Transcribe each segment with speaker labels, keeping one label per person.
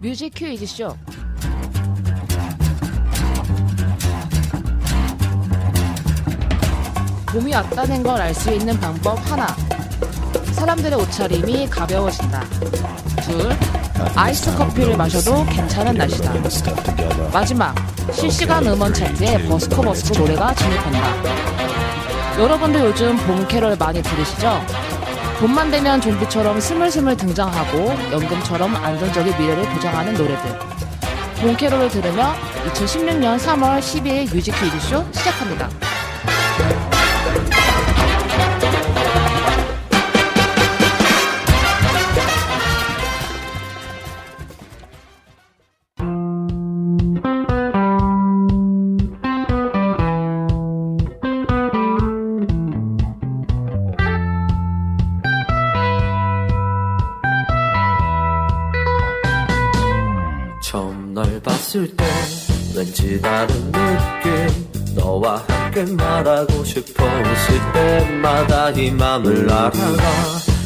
Speaker 1: 뮤직 큐이즈쇼. 봄이 왔다는 걸 알 수 있는 방법 하나. 사람들의 옷차림이 가벼워진다. 둘. 아이스 커피를 마셔도 괜찮은 날씨다. 마지막. 실시간 음원 차트에 버스커 버스커 노래가 진입한다. 여러분도 요즘 봄 캐럴 많이 들으시죠? 봄만 되면 좀비처럼 스물스물 등장하고 연금처럼 안정적인 미래를 보장하는 노래들. 봄 캐롤을 들으며 2016년 3월 12일 뮤직 퀴즈쇼 시작합니다.
Speaker 2: 때 왠지 나는 느낌 너와 함께 말하고 싶어 웃을 때마다 이 맘을 알아가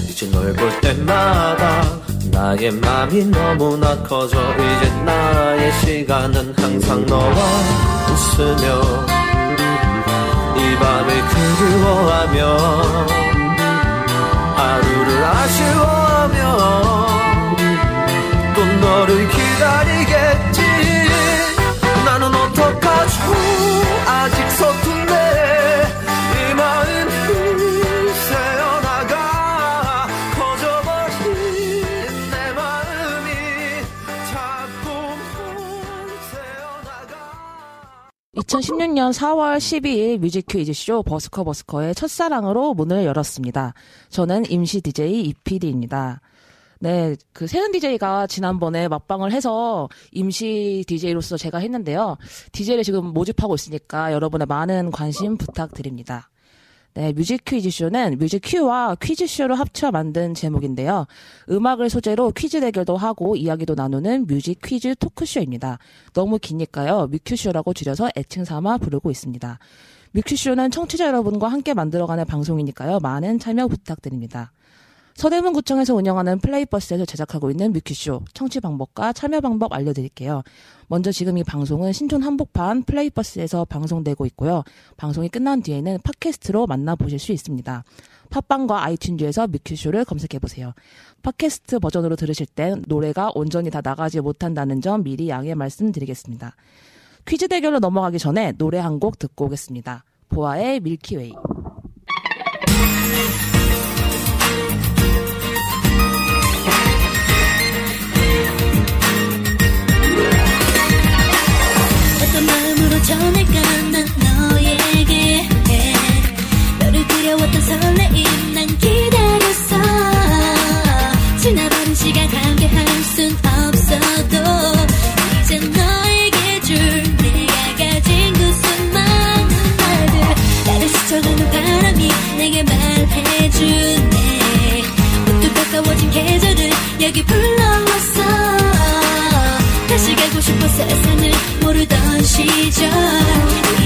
Speaker 2: 이제 널 볼 때마다 나의 맘이 너무나 커져 이제 나의 시간은 항상 너와 웃으며 이 밤을 그리워하며 하루를 아쉬워하며 또 너를 기다리겠지 나는 어떡하죠 아직 서툰데 이 마음이 새어나가 커져버린 내 마음이 자꾸 새어나가
Speaker 1: 2016년 4월 12일 뮤직 퀴즈쇼 버스커 버스커의 첫사랑으로 문을 열었습니다. 저는 임시 DJ 이PD입니다. 네, 그 세은 DJ가 지난번에 막방을 해서 임시 DJ로서 제가 했는데요. DJ를 지금 모집하고 있으니까 여러분의 많은 관심 부탁드립니다. 네, 뮤직 퀴즈쇼는 뮤직 큐와 퀴즈쇼를 합쳐 만든 제목인데요. 음악을 소재로 퀴즈 대결도 하고 이야기도 나누는 뮤직 퀴즈 토크쇼입니다. 너무 기니까요. 뮤큐쇼라고 줄여서 애칭 삼아 부르고 있습니다. 뮤큐쇼는 청취자 여러분과 함께 만들어가는 방송이니까요. 많은 참여 부탁드립니다. 서대문구청에서 운영하는 플레이버스에서 제작하고 있는 뮤큐쇼 청취 방법과 참여 방법 알려드릴게요. 먼저 지금 이 방송은 신촌 한복판 플레이버스에서 방송되고 있고요. 방송이 끝난 뒤에는 팟캐스트로 만나보실 수 있습니다. 팟빵과 아이튠즈에서 뮤큐쇼를 검색해보세요. 팟캐스트 버전으로 들으실 땐 노래가 온전히 다 나가지 못한다는 점 미리 양해 말씀드리겠습니다. 퀴즈 대결로 넘어가기 전에 노래 한 곡 듣고 오겠습니다. 보아의 밀키웨이.
Speaker 3: 어떤 마음으로 전할까 난 너에게 너를 그려왔던 설레임 난 기다렸어 지나버린 시간 함께할 순 없어도 이제 너에게 줄 내가 가진 그 수많은 말들 나를 스쳐가는 바람이 내게 말해주네 모두 가까워진 계절을 여기 불러왔어 다시 가고 싶어 세상을 모르던 시절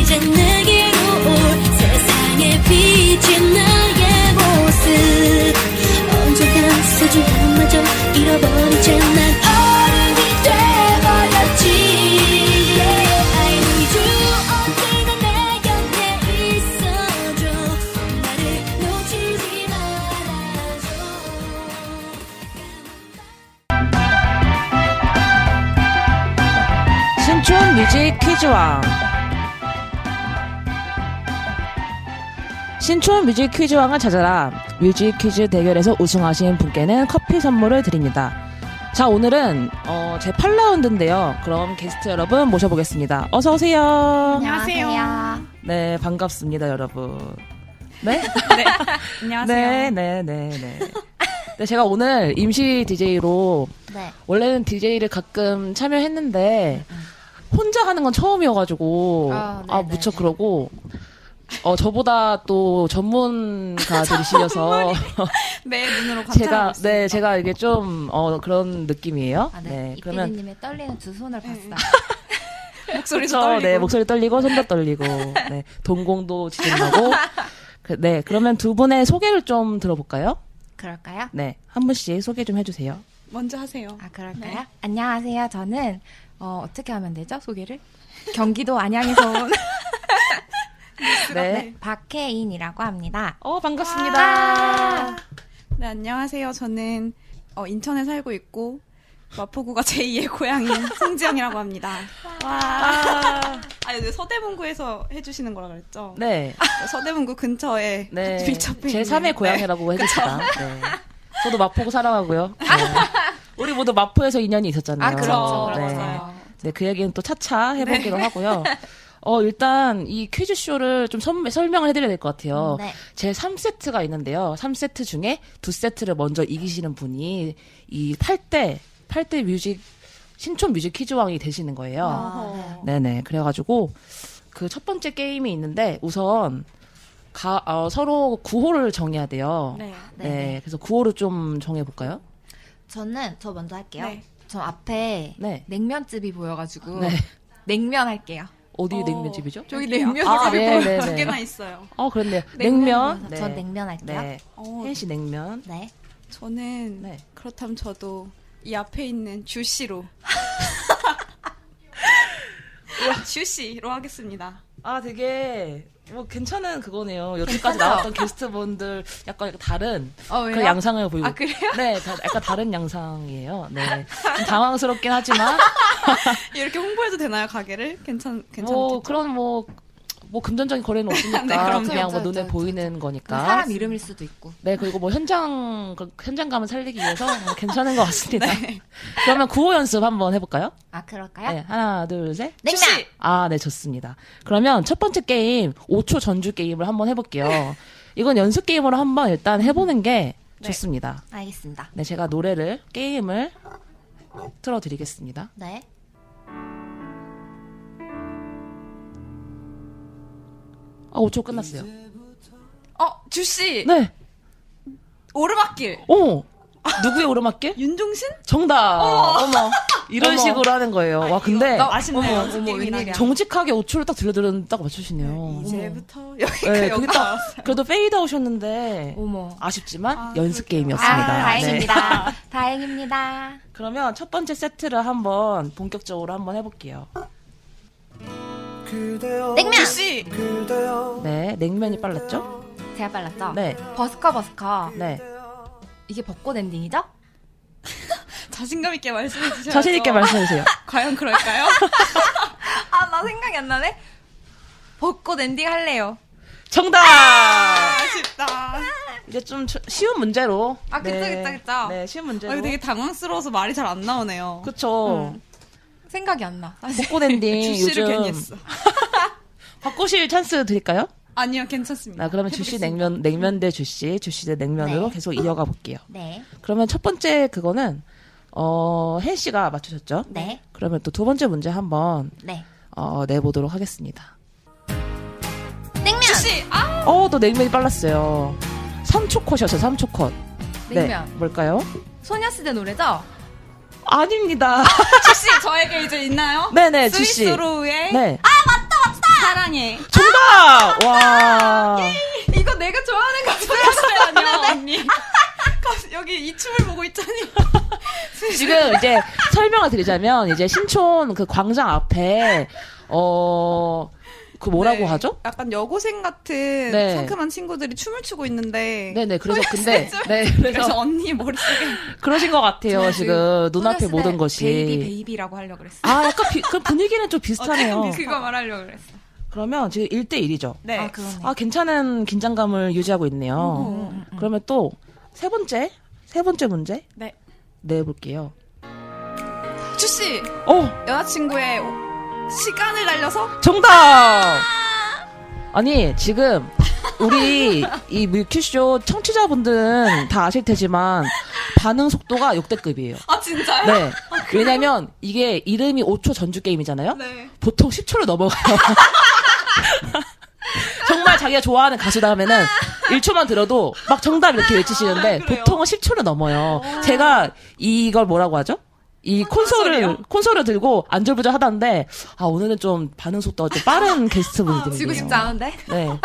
Speaker 3: 이제 내게로 올 세상에 비친 나의 모습 언젠가 소중함마저 잃어버린 채난 어른이 돼버렸지 yeah, I need you 언제나 내 곁에 있어줘 나를 놓치지 말아줘
Speaker 1: 신촌 뮤직 퀴즈왕 신촌 뮤직 퀴즈왕을 찾아라 뮤직 퀴즈 대결에서 우승하신 분께는 커피 선물을 드립니다 자 오늘은 어, 제 8라운드인데요 그럼 게스트 여러분 모셔보겠습니다 어서오세요
Speaker 4: 안녕하세요.
Speaker 1: 네 반갑습니다 여러분 네?
Speaker 4: 안녕하세요.
Speaker 1: 네, 네, 네, 네. 네, 제가 오늘 임시 DJ로
Speaker 4: 네.
Speaker 1: 원래는 DJ를 가끔 참여했는데 혼자 하는 건 처음이어가지고
Speaker 4: 아,
Speaker 1: 아,
Speaker 4: 네, 네,
Speaker 1: 무척
Speaker 4: 네.
Speaker 1: 그러고 어 저보다 또 전문가들이시여서
Speaker 4: 매 눈으로
Speaker 1: 제가
Speaker 4: 관찰하고 있습니다.
Speaker 1: 네 제가 이게 좀 어 그런 느낌이에요.
Speaker 5: 아,
Speaker 1: 네,
Speaker 5: 네. 이
Speaker 1: 그러면
Speaker 5: PD님의 떨리는 두 손을
Speaker 4: 음,
Speaker 5: 봤어.
Speaker 4: 목소리도
Speaker 1: 그쵸?
Speaker 4: 떨리고.
Speaker 1: 네, 목소리 떨리고 손도 떨리고 네, 동공도 지진나고 그, 네 그러면 두 분의 소개를 좀 들어볼까요?
Speaker 5: 그럴까요?
Speaker 1: 네 한 분씩 소개 좀 해주세요.
Speaker 6: 먼저 하세요.
Speaker 5: 아, 그럴까요?
Speaker 4: 네.
Speaker 5: 안녕하세요. 저는, 어, 어떻게 하면 되죠? 소개를? 경기도 안양에서 온
Speaker 4: 네.
Speaker 5: 박혜인이라고 합니다. 아!
Speaker 4: 어, 반갑습니다.
Speaker 6: 네, 안녕하세요. 저는 어, 인천에 살고 있고 마포구가 제2의 고향인 송지영이라고 합니다. 와. 아니, 네, 서대문구에서 해주시는 거라 그랬죠? 아,
Speaker 4: 네.
Speaker 6: 서대문구 근처에
Speaker 4: 네.
Speaker 6: 밀접해 있는-
Speaker 4: 제3의 고향이라고 해줍시다. 네. 저도 마포고 사랑하고요. 네. 우리 모두 마포에서 인연이 있었잖아요.
Speaker 5: 아, 그렇죠.
Speaker 6: 그렇죠.
Speaker 4: 네.
Speaker 6: 맞아요.
Speaker 4: 네, 그 얘기는 또 차차 해보기로
Speaker 5: 네.
Speaker 4: 하고요. 어, 일단 이 퀴즈쇼를 좀 선- 설명을 해드려야 될 것 같아요.
Speaker 5: 네.
Speaker 4: 제 3세트가 있는데요. 3세트 중에 2세트를 먼저 이기시는 분이 이 8대, 8대 뮤직, 신촌 뮤직 퀴즈왕이 되시는 거예요.
Speaker 5: 아,
Speaker 6: 어허.
Speaker 4: 네네. 그래가지고 그 첫 번째 게임이 있는데 우선 가, 어, 서로 구호를 정해야 돼요.
Speaker 6: 네.
Speaker 4: 네, 그래서 구호를 좀 정해볼까요?
Speaker 5: 저는, 저 먼저 할게요.
Speaker 6: 네.
Speaker 5: 저 앞에
Speaker 4: 네.
Speaker 5: 냉면집이 보여가지고,
Speaker 4: 네.
Speaker 5: 냉면 할게요.
Speaker 4: 어디
Speaker 6: 어.
Speaker 4: 냉면집이죠?
Speaker 5: 저기
Speaker 6: 여기요. 뭐
Speaker 5: 냉면집이
Speaker 4: 아,
Speaker 5: 보여.
Speaker 4: 네, 네,
Speaker 6: 두
Speaker 4: 네.
Speaker 6: 개나 있어요.
Speaker 4: 어, 그렇네요. 냉면.
Speaker 5: 전 냉면 할게요.
Speaker 4: 네.
Speaker 6: 어,
Speaker 4: 혜씨 냉면.
Speaker 5: 네.
Speaker 6: 저는
Speaker 4: 네.
Speaker 6: 그렇다면 저도 이 앞에 있는 주씨로 주씨로 하겠습니다.
Speaker 4: 아, 되게 뭐 괜찮은 그거네요. 여태까지 나왔던 게스트분들 약간 다른
Speaker 5: 어,
Speaker 4: 그 양상을 보이고.
Speaker 5: 아, 그래요?
Speaker 4: 네, 다- 약간 다른 양상이에요. 네. 좀 당황스럽긴 하지만
Speaker 6: 이렇게 홍보해도 되나요 가게를? 괜찮 괜찮겠죠?
Speaker 4: 뭐 그런 뭐, 뭐 금전적인 거래는 없으니까
Speaker 6: 네, 그럼요.
Speaker 4: 그냥 뭐
Speaker 5: 그렇죠,
Speaker 4: 눈에
Speaker 5: 그렇죠,
Speaker 4: 보이는 거니까.
Speaker 5: 사람 이름일 수도 있고.
Speaker 4: 네, 그리고 뭐 현장 그 현장감을 살리기 위해서 뭐 괜찮은 것 같습니다.
Speaker 5: 네.
Speaker 4: 그러면 구호 연습 한번 해볼까요?
Speaker 5: 아, 그럴까요?
Speaker 4: 네, 하나, 둘, 셋.
Speaker 5: 냉면!
Speaker 4: 아, 네, 좋습니다. 그러면 첫 번째 게임 5초 전주 게임을 한번 해볼게요. 이건 연습 게임으로 한번 일단 해보는 게 좋습니다.
Speaker 5: 알겠습니다.
Speaker 4: 네, 제가 노래를 게임을 틀어드리겠습니다.
Speaker 5: 네.
Speaker 4: 아, 5초 끝났어요.
Speaker 6: 어 주씨
Speaker 4: 네,
Speaker 6: 오르막길
Speaker 4: 오, 누구의 오르막길?
Speaker 6: 윤종신?
Speaker 4: 정답. 어. 머 이런
Speaker 5: 어머.
Speaker 4: 식으로 하는 거예요. 와, 근데
Speaker 6: 나 아쉽네요.
Speaker 4: 어머,
Speaker 6: 연습
Speaker 4: 어머,
Speaker 6: 게임이라.
Speaker 4: 웬일이야. 정직하게 5초를 딱 들려드렸는데 딱 맞추시네요.
Speaker 6: 이제부터 여기가
Speaker 4: 네, 그게
Speaker 6: 여기가
Speaker 4: 딱
Speaker 6: 왔어요.
Speaker 4: 그래도 페이드 오셨는데
Speaker 5: 어머.
Speaker 4: 아쉽지만
Speaker 6: 아,
Speaker 4: 연습
Speaker 6: 그러게요.
Speaker 5: 아,
Speaker 4: 게임이었습니다. 네.
Speaker 5: 다행입니다. 다행입니다.
Speaker 4: 그러면 첫 번째 세트를 한번 본격적으로 한번 해볼게요.
Speaker 2: 그대여
Speaker 5: 냉면!
Speaker 6: 주씨
Speaker 2: 그대여
Speaker 4: 네, 냉면이 빨랐죠?
Speaker 5: 제가 빨랐죠?
Speaker 4: 네,
Speaker 5: 버스커 버스커.
Speaker 4: 네.
Speaker 5: 이게 벚꽃 엔딩이죠?
Speaker 6: 자신감 있게 말씀해 주셔야죠.
Speaker 4: 자신 있게 말씀해주세요.
Speaker 6: 과연 그럴까요?
Speaker 5: 아, 나 생각이 안 나네. 벚꽃 엔딩 할래요.
Speaker 4: 정답.
Speaker 6: 아! 아쉽다. 아,
Speaker 4: 이제 좀 저- 쉬운 문제로.
Speaker 5: 아, 그쵸, 그쵸, 그쵸.
Speaker 4: 네, 쉬운 문제로.
Speaker 6: 아, 이거 되게 당황스러워서 말이 잘 안 나오네요.
Speaker 4: 그쵸.
Speaker 5: 생각이 안 나. 사실.
Speaker 4: 벚꽃 엔딩
Speaker 6: 주씨를
Speaker 4: 요즘
Speaker 6: 괜히 했어.
Speaker 4: 바꾸실 찬스 드릴까요?
Speaker 6: 아니요 괜찮습니다.
Speaker 4: 나 그러면 주씨 냉면 냉면 대 주씨, 주씨 대 냉면으로
Speaker 5: 네.
Speaker 4: 계속 이어가 볼게요.
Speaker 5: 네.
Speaker 4: 그러면 첫 번째 그거는 어, 혜 씨가 맞추셨죠?
Speaker 5: 네.
Speaker 4: 그러면 또 두 번째 문제 한번
Speaker 5: 네.
Speaker 4: 어, 내보도록 하겠습니다.
Speaker 5: 냉면!
Speaker 6: 주씨 아
Speaker 4: 어, 또 냉면이 빨랐어요. 3초 컷이었어요. 3초 컷.
Speaker 5: 냉면.
Speaker 4: 네, 뭘까요?
Speaker 5: 소녀시대 노래죠?
Speaker 4: 아닙니다.
Speaker 6: 주씨 저에게 이제 있나요?
Speaker 4: 네네, 주씨.
Speaker 6: 스위스로우의
Speaker 4: 네.
Speaker 6: 사랑해.
Speaker 4: 정답! 와.
Speaker 6: 이거 내가 좋아하는 가수였어요, 네, 아니요 언니. 가수- 여기 이 춤을 보고 있자니.
Speaker 4: 지금 이제 설명을 드리자면 이제 신촌 그 광장 앞에 어, 그 뭐라고
Speaker 6: 네,
Speaker 4: 하죠?
Speaker 6: 약간 여고생 같은
Speaker 4: 네.
Speaker 6: 상큼한 친구들이 춤을 추고 있는데.
Speaker 4: 네네, 그래서 근데,
Speaker 6: 춤을-
Speaker 4: 네,
Speaker 6: 그래서
Speaker 4: 그래서
Speaker 6: 언니 머릿속에
Speaker 4: 그러신 것 같아요, 지금. 눈앞에
Speaker 5: 소녀시대
Speaker 4: 모든 것이.
Speaker 5: 베이비 베이비라고 하려고 그랬어.
Speaker 4: 아, 약간 비, 그 분위기는 좀 비슷하네요.
Speaker 6: 그거 말하려고 그랬어.
Speaker 4: 그러면 지금 1대1이죠.
Speaker 6: 네.
Speaker 5: 아, 그러네.
Speaker 4: 아, 괜찮은 긴장감을 유지하고 있네요.
Speaker 6: 음,
Speaker 4: 그러면 또 세 번째, 세 번째 문제
Speaker 6: 네.
Speaker 4: 내볼게요.
Speaker 5: 아,
Speaker 6: 주씨,
Speaker 4: 어,
Speaker 6: 여자친구의 오- 시간을 날려서
Speaker 4: 정답! 아니, 지금 우리 이 밀키쇼 청취자분들은 다 아실 테지만 반응 속도가 역대급이에요.
Speaker 6: 아 진짜요?
Speaker 4: 네. 왜냐면 이게 이름이 5초 전주 게임이잖아요?
Speaker 6: 네.
Speaker 4: 보통 10초를 넘어가요. 정말 자기가 좋아하는 가수다 하면은 1초만 들어도 막 정답 이렇게
Speaker 6: 아,
Speaker 4: 외치시는데
Speaker 6: 그래요?
Speaker 4: 보통은 10초를 넘어요. 제가 이걸 뭐라고 하죠? 이 콘솔을
Speaker 6: 콘솔이요?
Speaker 4: 콘솔을 들고 안절부절 하던데 아 오늘은 좀 반응 속도가 좀 빠른
Speaker 5: 지고
Speaker 4: 게스트분들이에요.
Speaker 5: 싶지 않은데?
Speaker 4: 네.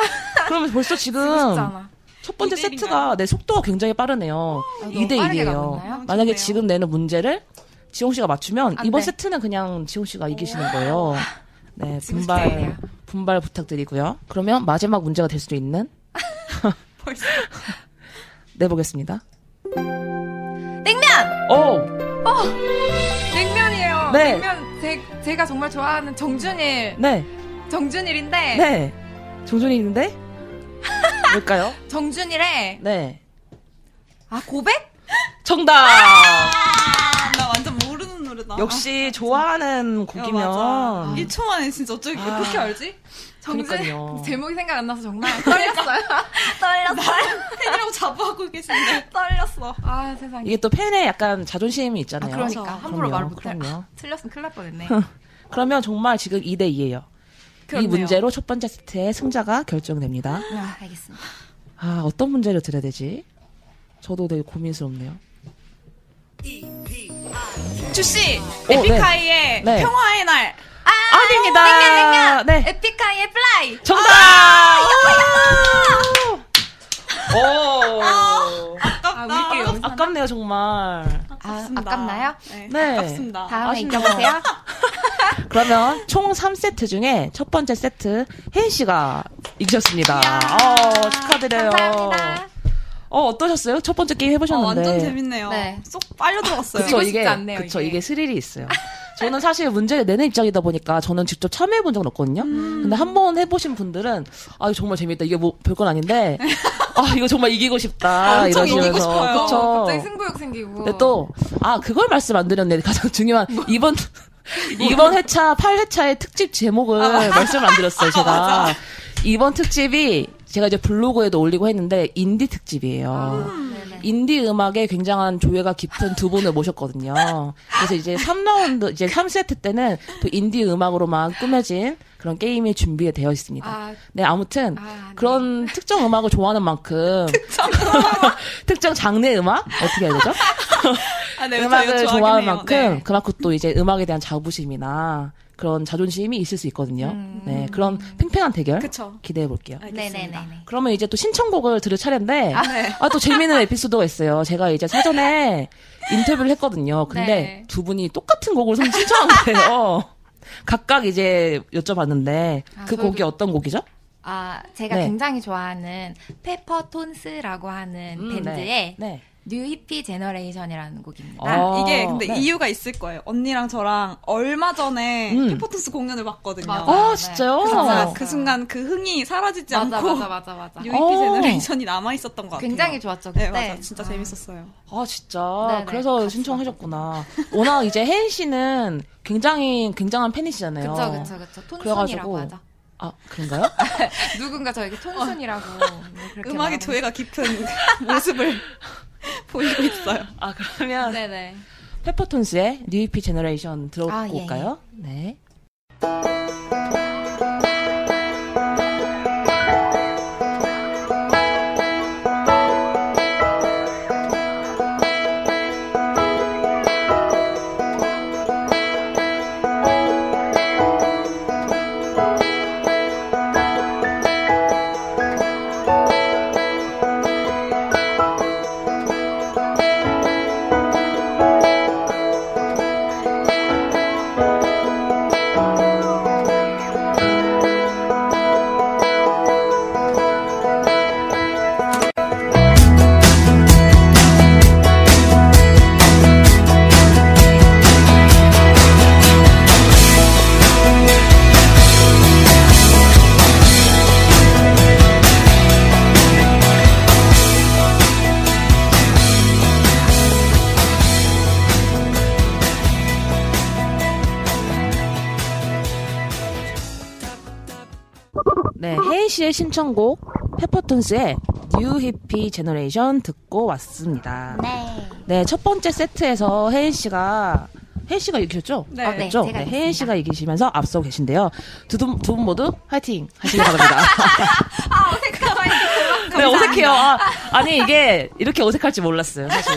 Speaker 4: 그러면 벌써 지금
Speaker 5: 지고 싶지 않아.
Speaker 4: 첫 번째
Speaker 6: 이대 일인가요?
Speaker 4: 세트가 내 속도가 굉장히 빠르네요.
Speaker 5: 아, 너무
Speaker 4: 2대
Speaker 5: 빠르게
Speaker 4: 1이에요.
Speaker 5: 가고
Speaker 6: 있나요?
Speaker 4: 만약에
Speaker 6: 좋네요.
Speaker 4: 지금 내는 문제를 지홍 씨가 맞추면
Speaker 5: 안
Speaker 4: 이번
Speaker 5: 돼.
Speaker 4: 세트는 그냥 지홍 씨가 이기시는 거예요. 네,
Speaker 5: 지금 스타일이야.
Speaker 4: 분발 분발 부탁드리고요. 그러면 마지막 문제가 될 수도 있는 네,
Speaker 6: 벌써
Speaker 4: 내보겠습니다.
Speaker 5: 냉면!
Speaker 4: 오,
Speaker 5: 냉면이에요.
Speaker 4: 네.
Speaker 5: 냉면 제, 제가 정말 좋아하는 정준일.
Speaker 4: 네,
Speaker 5: 정준일인데
Speaker 4: 네, 종준이 있는데 뭘까요?
Speaker 5: 정준일의
Speaker 4: 네,
Speaker 5: 아 고백?
Speaker 4: 정답.
Speaker 5: 아,
Speaker 6: 나 완전 모르는 노래다.
Speaker 4: 역시 좋아하는
Speaker 6: 아, 야,
Speaker 4: 곡이면 아.
Speaker 6: 맞아. 1초 만에 진짜 어떻게 어떻게 알지?
Speaker 4: 그러니까요.
Speaker 5: 정준 제목이 생각 안 나서 정말 떨렸어요. 떨렸어요.
Speaker 6: 팬이라고 자부하고 계신데 떨렸어.
Speaker 5: 아 세상에.
Speaker 4: 이게 또 팬의 약간 자존심이 있잖아요.
Speaker 5: 아, 그러니까. 함부로
Speaker 4: 그럼요,
Speaker 5: 말을 못해.
Speaker 4: 그럼요.
Speaker 5: 틀렸으면 큰일 날 뻔했네.
Speaker 4: 그러면 정말 지금 2대 2예요. 이
Speaker 6: 그렇네요.
Speaker 4: 문제로 첫 번째 세트의 승자가 결정됩니다.
Speaker 5: 아, 알겠습니다.
Speaker 4: 아, 어떤 문제를 드려야 되지? 저도 되게 고민스럽네요.
Speaker 6: 주씨
Speaker 4: 오,
Speaker 6: 에픽하이의
Speaker 4: 어, 네. 네.
Speaker 6: 평화의 날.
Speaker 4: 아닙니다. 아, 네.
Speaker 5: 아, 에픽하이의 플라이.
Speaker 4: 정답!
Speaker 5: 아,
Speaker 4: 오!
Speaker 6: 아깝다.
Speaker 5: 아, 울게요.
Speaker 4: 아깝네요, 정말.
Speaker 5: 아,
Speaker 6: 아깝습니다.
Speaker 5: 아깝나요?
Speaker 6: 네.
Speaker 4: 네.
Speaker 6: 아깝습니다.
Speaker 5: 다음에
Speaker 4: 아쉽네요.
Speaker 5: 이겨보세요.
Speaker 4: 그러면 총 3세트 중에 첫 번째 세트 혜인 씨가 이기셨습니다. 어, 축하드려요.
Speaker 5: 감사합니다.
Speaker 4: 어, 어떠셨어요? 첫 번째 게임
Speaker 6: 어,
Speaker 4: 해보셨는데.
Speaker 6: 완전 재밌네요.
Speaker 5: 네.
Speaker 6: 쏙 빨려 들어갔어요.
Speaker 5: 그쵸. 지고
Speaker 4: 그쵸,
Speaker 5: 싶지
Speaker 4: 이게,
Speaker 5: 않네요,
Speaker 4: 그쵸,
Speaker 5: 이게.
Speaker 4: 이게 스릴이 있어요. 저는 사실 문제를 내는 입장이다 보니까 저는 직접 참여해본 적은 없거든요.
Speaker 6: 음.
Speaker 4: 근데 한 번 해보신 분들은, 아, 이거 정말 재밌다. 이게 뭐, 별건 아닌데, 아, 이거 정말 이기고 싶다.
Speaker 6: 아, 엄청
Speaker 4: 이러시면서.
Speaker 6: 이기고 싶어요.
Speaker 5: 갑자기
Speaker 4: 그쵸.
Speaker 5: 승부욕 생기고.
Speaker 4: 근데 또, 아, 그걸 말씀 안 드렸네. 가장 중요한,
Speaker 6: 뭐.
Speaker 4: 이번, 이번 회차, 8회차의 특집 제목을
Speaker 6: 아,
Speaker 4: 말씀을 안 드렸어요, 제가. 이번 특집이 제가 이제 블로그에도 올리고 했는데, 인디 특집이에요.
Speaker 5: 음.
Speaker 6: 아.
Speaker 5: 네네.
Speaker 4: 인디 음악에 굉장한 조예가 깊은 두 분을 모셨거든요. 그래서 이제 3라운드, 이제 3세트 때는 그 인디 음악으로만 꾸며진 그런 게임이 준비가 되어 있습니다.
Speaker 5: 아.
Speaker 4: 네, 아무튼
Speaker 5: 아, 네.
Speaker 4: 그런 특정 음악을 좋아하는 만큼 특정 장르 음악? 어떻게 해야 되죠?
Speaker 6: 아, 네, 저
Speaker 4: 음악을
Speaker 6: 이거 좋아하긴
Speaker 4: 좋아하는
Speaker 6: 해요.
Speaker 4: 만큼
Speaker 6: 네.
Speaker 4: 그만큼 또 이제 음악에 대한 자부심이나 그런 자존심이 있을 수 있거든요. 네, 그런 팽팽한 대결
Speaker 6: 음. 그쵸.
Speaker 4: 기대해 볼게요.
Speaker 6: 알겠습니다.
Speaker 5: 네네네네.
Speaker 4: 그러면 이제 또 신청곡을 들을 차례인데 아,
Speaker 6: 네.
Speaker 4: 또 재미있는 에피소드가 있어요. 제가 이제 사전에 인터뷰를 했거든요. 근데
Speaker 5: 네.
Speaker 4: 두 분이 똑같은 곡을 선- 신청한 거예요. 각각 이제 여쭤봤는데
Speaker 5: 아,
Speaker 4: 그
Speaker 5: 저희도-
Speaker 4: 곡이 어떤 곡이죠?
Speaker 5: 아, 제가
Speaker 4: 네.
Speaker 5: 굉장히 좋아하는 페퍼톤스라고 하는
Speaker 4: 음,
Speaker 5: 밴드의
Speaker 4: 네. 네.
Speaker 5: 뉴 히피 제너레이션이라는 곡입니다.
Speaker 4: 아. 어,
Speaker 6: 이게 근데
Speaker 4: 네.
Speaker 6: 이유가 있을 거예요. 언니랑 저랑 얼마 전에
Speaker 4: 음.
Speaker 6: 페퍼톤스 공연을 봤거든요.
Speaker 5: 맞아.
Speaker 4: 아,
Speaker 5: 네.
Speaker 4: 진짜요?
Speaker 5: 그
Speaker 6: 진짜
Speaker 5: 맞아요.
Speaker 6: 그 순간 그 흥이 사라지지
Speaker 5: 맞아,
Speaker 6: 않고
Speaker 5: 맞아, 맞아, 맞아.
Speaker 6: UEP
Speaker 4: 어.
Speaker 6: 제너레이션이 남아 있었던 것 같아요.
Speaker 5: 굉장히 좋았죠,
Speaker 6: 네,
Speaker 5: 그때.
Speaker 6: 맞아. 진짜
Speaker 5: 아.
Speaker 6: 재밌었어요.
Speaker 4: 아 진짜
Speaker 5: 네네,
Speaker 4: 그래서
Speaker 5: 같이
Speaker 4: 신청하셨구나. 워낙 이제 혜인 씨는 굉장히 굉장한 팬이시잖아요.
Speaker 5: 그쵸, 그쵸, 그쵸. 톤순이라고
Speaker 4: 그래가지고
Speaker 5: 하죠.
Speaker 4: 아 그런가요?
Speaker 5: 누군가 저에게 톤순이라고. 네, 그렇게
Speaker 6: 어. 음악의
Speaker 5: 말하는-
Speaker 6: 조예가 깊은 모습을 보이고 있어요.
Speaker 4: 아 그러면
Speaker 5: 네네.
Speaker 4: 페퍼톤스의 뉴 EP 제너레이션
Speaker 5: 아, 예,
Speaker 4: 들어볼까요? 네. 네, 혜인 씨의 신청곡 페퍼톤스의 뉴 히피 제너레이션 듣고 왔습니다.
Speaker 5: 네.
Speaker 4: 네, 첫 번째 세트에서 혜인 씨가 혜인 씨가 이기셨죠?
Speaker 6: 네.
Speaker 5: 아, 네.
Speaker 4: 그렇죠?
Speaker 5: 제가
Speaker 4: 네,
Speaker 5: 이겼습니다.
Speaker 4: 혜인 씨가 이기시면서 앞서고 계신데요. 두 분 모두 화이팅 하시기 바랍니다. 네, 어색해요. 아, 니 이게 이렇게 어색할지 몰랐어요, 사실.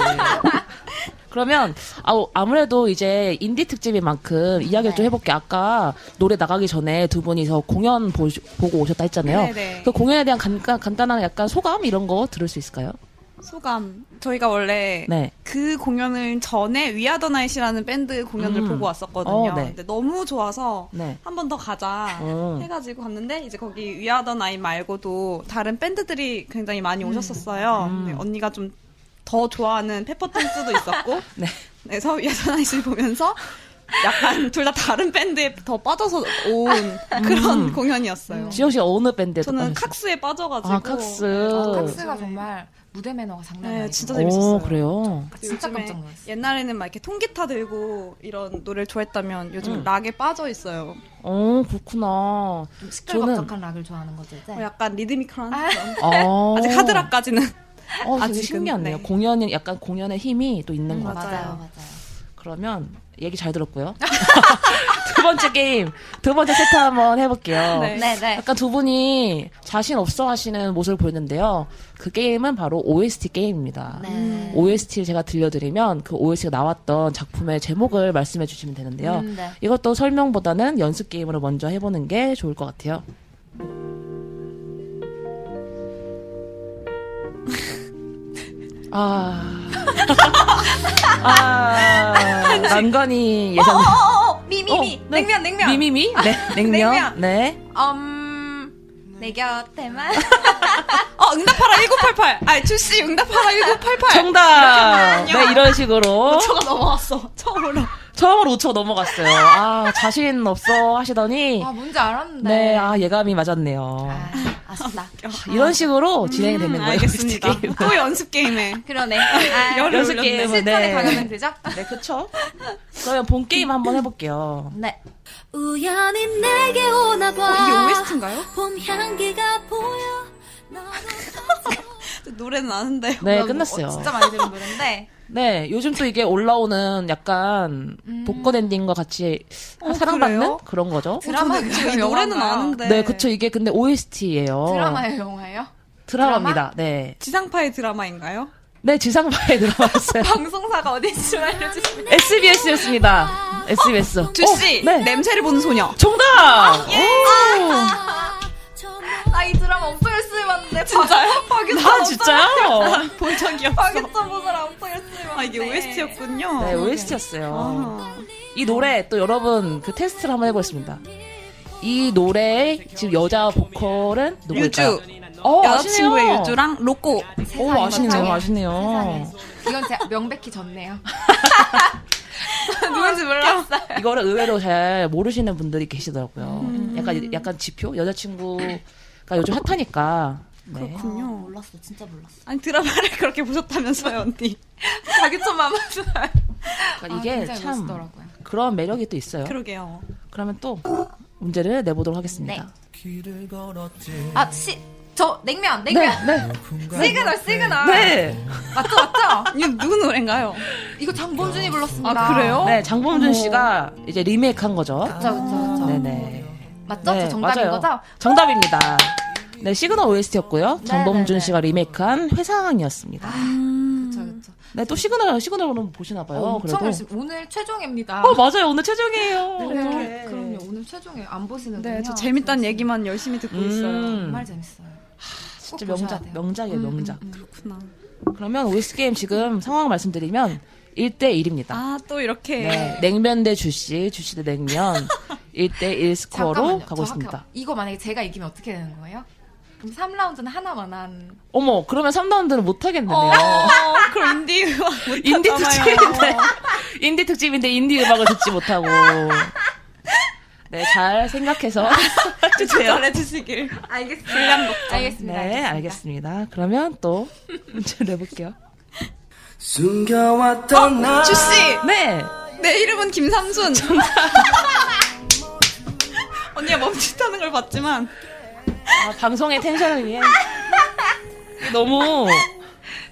Speaker 4: 그러면 아, 무래도 이제 인디 특집인 만큼
Speaker 6: 네.
Speaker 4: 이야기를 좀 해볼게. 요 아까 노래 나가기 전에 두 분이서 공연 보, 고 오셨다 했잖아요.
Speaker 6: 네네.
Speaker 4: 그 공연에 대한 간, 단한 약간 소감 이런 거 들을 수 있을까요?
Speaker 6: 소감. 저희가 원래
Speaker 4: 네.
Speaker 6: 그 공연을 전에 위아더 나잇이라는 밴드 공연을
Speaker 4: 음.
Speaker 6: 보고 왔었거든요.
Speaker 4: 어, 네.
Speaker 6: 근데 너무 좋아서
Speaker 4: 네.
Speaker 6: 한 번 더 가자
Speaker 4: 음.
Speaker 6: 해가지고 갔는데 이제 거기 위아더 나잇 말고도 다른 밴드들이 굉장히 많이
Speaker 4: 음.
Speaker 6: 오셨었어요. 근데 언니가 좀 더 좋아하는 페퍼톤스도 있었고
Speaker 4: 네.
Speaker 6: 그래서 위아더 나잇을 보면서 약간 둘 다 다른 밴드에 더 빠져서 온
Speaker 4: 음.
Speaker 6: 그런 공연이었어요.
Speaker 4: 지영 씨 어느 밴드에
Speaker 6: 저는
Speaker 4: 속하셨어요?
Speaker 6: 칵스에 빠져가지고
Speaker 4: 음. 아, 칵스.
Speaker 5: 어,
Speaker 4: 어.
Speaker 5: 칵스가 정말 무대 매너가 장난 아니에요.
Speaker 6: 네, 진짜
Speaker 4: 오,
Speaker 6: 재밌었어요.
Speaker 4: 그래요.
Speaker 5: 진짜
Speaker 6: 요즘에
Speaker 5: 깜짝 놀랐어요.
Speaker 6: 옛날에는 막 이렇게 통기타 들고 이런 노래를 좋아했다면 요즘 락에 빠져 있어요.
Speaker 4: 어, 그렇구나.
Speaker 6: 예,
Speaker 5: 좀 시끌벅적한 락을 좋아하는 거죠, 이제.
Speaker 6: 어, 약간 리드미컬한 그런.
Speaker 4: 아.
Speaker 6: 아직 하드락까지는
Speaker 4: 어,
Speaker 6: 아,
Speaker 4: 되게
Speaker 6: 지금,
Speaker 4: 신기하네요.
Speaker 6: 네. 음,
Speaker 4: 공연이 약간 공연의 힘이 또 있는 것 같아요.
Speaker 5: 음, 맞아요,
Speaker 6: 맞아요.
Speaker 5: 맞아요.
Speaker 4: 그러면 얘기 잘 들었고요. 두 번째 게임, 두 번째 세트 한번 해볼게요.
Speaker 6: 네.
Speaker 5: 네, 네.
Speaker 4: 약간 두 분이 자신 없어 하시는 모습을 보였는데요. 그 게임은 바로 OST
Speaker 6: 음.
Speaker 4: 게임입니다.
Speaker 5: 네.
Speaker 4: OST를 제가 들려드리면 그 OST가 나왔던 작품의 제목을 말씀해 주시면 되는데요.
Speaker 5: 음, 네.
Speaker 4: 이것도 설명보다는 연습 게임으로 먼저 해보는 게 좋을 것 같아요. 아. 아. 난관이 예상.
Speaker 5: 어어어 미미미
Speaker 4: 어, 네.
Speaker 5: 냉면 냉면
Speaker 4: 미미미? 네, 냉면.
Speaker 5: 냉면.
Speaker 4: 네.
Speaker 5: 음내 곁에만
Speaker 6: 어 응답하라 1988. 아 출시 응답하라 1988.
Speaker 4: 정답! 네, 이런 식으로.
Speaker 6: 저가 넘어왔어 처음으로.
Speaker 4: 처음으로 5초 넘어갔어요. 아, 자신 없어 하시더니.
Speaker 5: 아 뭔지 알았는데
Speaker 4: 네, 아, 예감이 맞았네요.
Speaker 5: 아, 아쉽다
Speaker 4: 이런 식으로 진행이 되는 거예요.
Speaker 6: 알겠습니다.
Speaker 4: 네, 뭐 게임은.
Speaker 6: 또 연습 게임에 어,
Speaker 5: 그러네 아,
Speaker 6: 열을
Speaker 4: 연습
Speaker 6: 올렸네.
Speaker 4: 게임은
Speaker 5: 실전에
Speaker 4: 네.
Speaker 5: 가면 되죠
Speaker 4: 네, 그쵸. 그러면 본 게임 한번 해볼게요.
Speaker 5: 네
Speaker 3: 우연히 내게 오나 봐.
Speaker 6: 어, 이게 OST인가요?
Speaker 3: 봄 향기가 보여. 나도
Speaker 6: 노래는 아는데.
Speaker 4: 네,
Speaker 5: 뭐,
Speaker 4: 끝났어요.
Speaker 5: 어, 진짜 많이 들은 노래인데
Speaker 4: 네, 요즘 또 이게 올라오는 약간 복권 엔딩과 같이 아,
Speaker 6: 어,
Speaker 4: 사랑받는
Speaker 6: 그래요?
Speaker 4: 그런 거죠.
Speaker 5: 드라마
Speaker 6: 저는 이 노래는 아는데.
Speaker 4: 네, 그쵸. 이게 근데 OST예요.
Speaker 5: 드라마예요 영화예요
Speaker 4: 드라마입니다. 네.
Speaker 6: 지상파의 드라마인가요?
Speaker 4: 네, 지상파에 들어왔어요.
Speaker 5: 방송사가 어딘지 알려주시면
Speaker 4: SBS였습니다. SBS.
Speaker 6: 주씨
Speaker 4: 어, 네.
Speaker 6: 냄새를 보는 소녀.
Speaker 4: 정답! 오!
Speaker 5: 나이 드라마 없어졌으면 안돼
Speaker 6: 진짜요? 파기타
Speaker 4: 아, 진짜요?
Speaker 6: 본 적이 없어.
Speaker 5: 파겠어 보느라 없어졌으면
Speaker 6: 아 이게 OST였군요. 어.
Speaker 4: 네, OST였어요.
Speaker 6: 아.
Speaker 4: 이 노래 또 여러분 그 테스트를 한번 해보겠습니다. 이 노래의 지금 여자 보컬은 누구일까요?
Speaker 6: 유주.
Speaker 4: 어,
Speaker 6: 여자친구의
Speaker 4: 아시네요.
Speaker 6: 유주랑 로꼬.
Speaker 4: 오, 아시네요,
Speaker 5: 세상에
Speaker 4: 아시네요.
Speaker 5: 이건 제가 명백히 졌네요 누군지 몰랐어요
Speaker 4: 이거를 의외로 잘 모르시는 분들이 계시더라고요. 약간, 약간 지표? 여자친구가 요즘 핫하니까. 네.
Speaker 6: 그렇군요.
Speaker 5: 몰랐어 진짜 몰랐어
Speaker 6: 아니 드라마를 그렇게 보셨다면서요 언니.
Speaker 5: 자기 좀 마마스
Speaker 4: 그러니까 이게
Speaker 5: 아, 굉장히
Speaker 4: 참
Speaker 5: 멋있더라고요.
Speaker 4: 그런 매력이 또 있어요.
Speaker 6: 그러게요.
Speaker 4: 그러면 또 문제를 내보도록 하겠습니다.
Speaker 5: 네.
Speaker 2: 길을 걸었지
Speaker 5: 아, 시, 저 냉면, 냉면.
Speaker 4: 네.
Speaker 5: 시그널,
Speaker 6: 아.
Speaker 5: 시그널.
Speaker 4: 네.
Speaker 5: 맞죠, 맞죠?
Speaker 6: 이거 누구 노래인가요?
Speaker 5: 이거 장범준이 불렀습니다.
Speaker 6: 아, 그래요?
Speaker 4: 네, 장범준 씨가 이제 리메이크 한 거죠.
Speaker 6: 아.
Speaker 5: 그쵸, 그쵸, 그쵸.
Speaker 4: 네네.
Speaker 5: 맞죠? 저 정답인
Speaker 4: 맞아요.
Speaker 5: 거죠?
Speaker 4: 정답입니다. 네, 시그널 OST였고요. 장범준
Speaker 5: 네네네.
Speaker 4: 씨가 리메이크한 회상이었습니다.
Speaker 5: 그쵸, 그쵸.
Speaker 4: 네, 또 시그널, 시그널은 보시나 봐요.
Speaker 5: 어, 엄청
Speaker 4: 어, 그래도.
Speaker 5: 열심히. 오늘 최종입니다.
Speaker 4: 어, 맞아요. 오늘 최종이에요.
Speaker 5: 네, 그럼요. 오늘 최종에 안 보시는군요.
Speaker 6: 네, 저 재밌다는 얘기만 열심히 듣고 있어요.
Speaker 4: 음,
Speaker 5: 정말 재밌어요.
Speaker 4: 진짜
Speaker 5: 꼭 보셔야
Speaker 4: 명작,
Speaker 5: 돼요. 음,
Speaker 4: 명작이에요, 명작.
Speaker 6: 그렇구나.
Speaker 4: 그러면 OST 게임 지금 상황 말씀드리면 1대1입니다.
Speaker 6: 아, 또 이렇게.
Speaker 4: 네, 냉면 대 주씨, 주씨 대 냉면 1대1 스코어로
Speaker 5: 잠깐만요.
Speaker 4: 가고
Speaker 5: 저
Speaker 4: 있습니다.
Speaker 5: 아까 이거 만약에 제가 이기면 어떻게 되는 거예요? 그럼 3라운드는 하나만 한.
Speaker 4: 어머, 그러면 3라운드는 못 하겠네요.
Speaker 6: 어, 그럼 인디 음악 못
Speaker 4: 인디
Speaker 6: 하잖아요.
Speaker 4: 특집인데 인디 특집인데 인디 음악을 듣지 못하고 네 잘 생각해서
Speaker 6: 추천 잘해주시길.
Speaker 5: 알겠습니다. 분량 알겠습니다.
Speaker 4: 네 알겠습니다 그러면 또 문제 내볼게요
Speaker 6: 아,
Speaker 2: 숨겨왔던 나
Speaker 6: 주씨!
Speaker 4: 네
Speaker 6: 내 이름은 김삼순. 언니가 멈칫하는 걸 봤지만.
Speaker 4: 아, 방송의 텐션을 위해 너무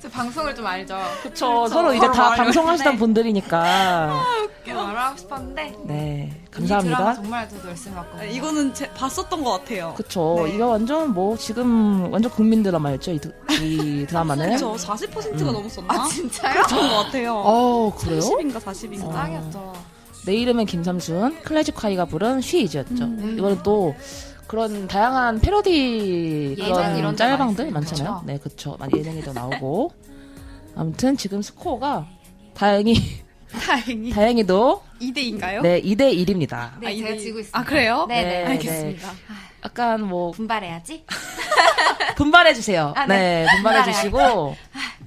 Speaker 5: 저 저 방송을 좀 알죠.
Speaker 4: 그쵸. 서로 이제 다
Speaker 5: 말을
Speaker 4: 방송하시던
Speaker 5: 아, 했네.
Speaker 4: 분들이니까.
Speaker 5: 이거 말하고 싶었는데
Speaker 4: 네.
Speaker 5: 이 드라마
Speaker 4: 감사합니다.
Speaker 5: 정말 저도 열심히 봤거든요.
Speaker 6: 네, 이거는 제, 봤었던 것 같아요.
Speaker 4: 그쵸.
Speaker 6: 네.
Speaker 4: 이거 완전 뭐 지금 완전 국민 드라마였죠. 이, 드, 이 드라마는.
Speaker 6: 그쵸. 40%가 넘었었나?
Speaker 5: 아 진짜요?
Speaker 6: 그랬던 것 같아요.
Speaker 4: 어, 그래요?
Speaker 6: 30인가 40인가.
Speaker 4: 어.
Speaker 5: 짱이었죠.
Speaker 6: 아.
Speaker 4: 내 이름은 김삼순, 클래식화이가 부른 쉬이즈였죠.
Speaker 5: 음.
Speaker 4: 이번엔 또 그런 다양한 패러디 그런
Speaker 5: 예능 이런 데
Speaker 4: 짤방들
Speaker 5: 많이 있어요.
Speaker 4: 많잖아요. 네, 그쵸. 많이 예능에도 나오고. 아무튼 지금 스코어가 다행히,
Speaker 6: 다행히.
Speaker 4: 다행히도
Speaker 6: 2대인가요?
Speaker 4: 네, 2대1입니다.
Speaker 5: 네, 제가 지고 있습니다.
Speaker 6: 아, 그래요?
Speaker 5: 네, 네,
Speaker 4: 네,
Speaker 6: 알겠습니다.
Speaker 4: 약간 뭐
Speaker 5: 분발해야지.
Speaker 4: 분발해주세요.
Speaker 5: 아,
Speaker 4: 네.
Speaker 5: 네.
Speaker 4: 분발해주시고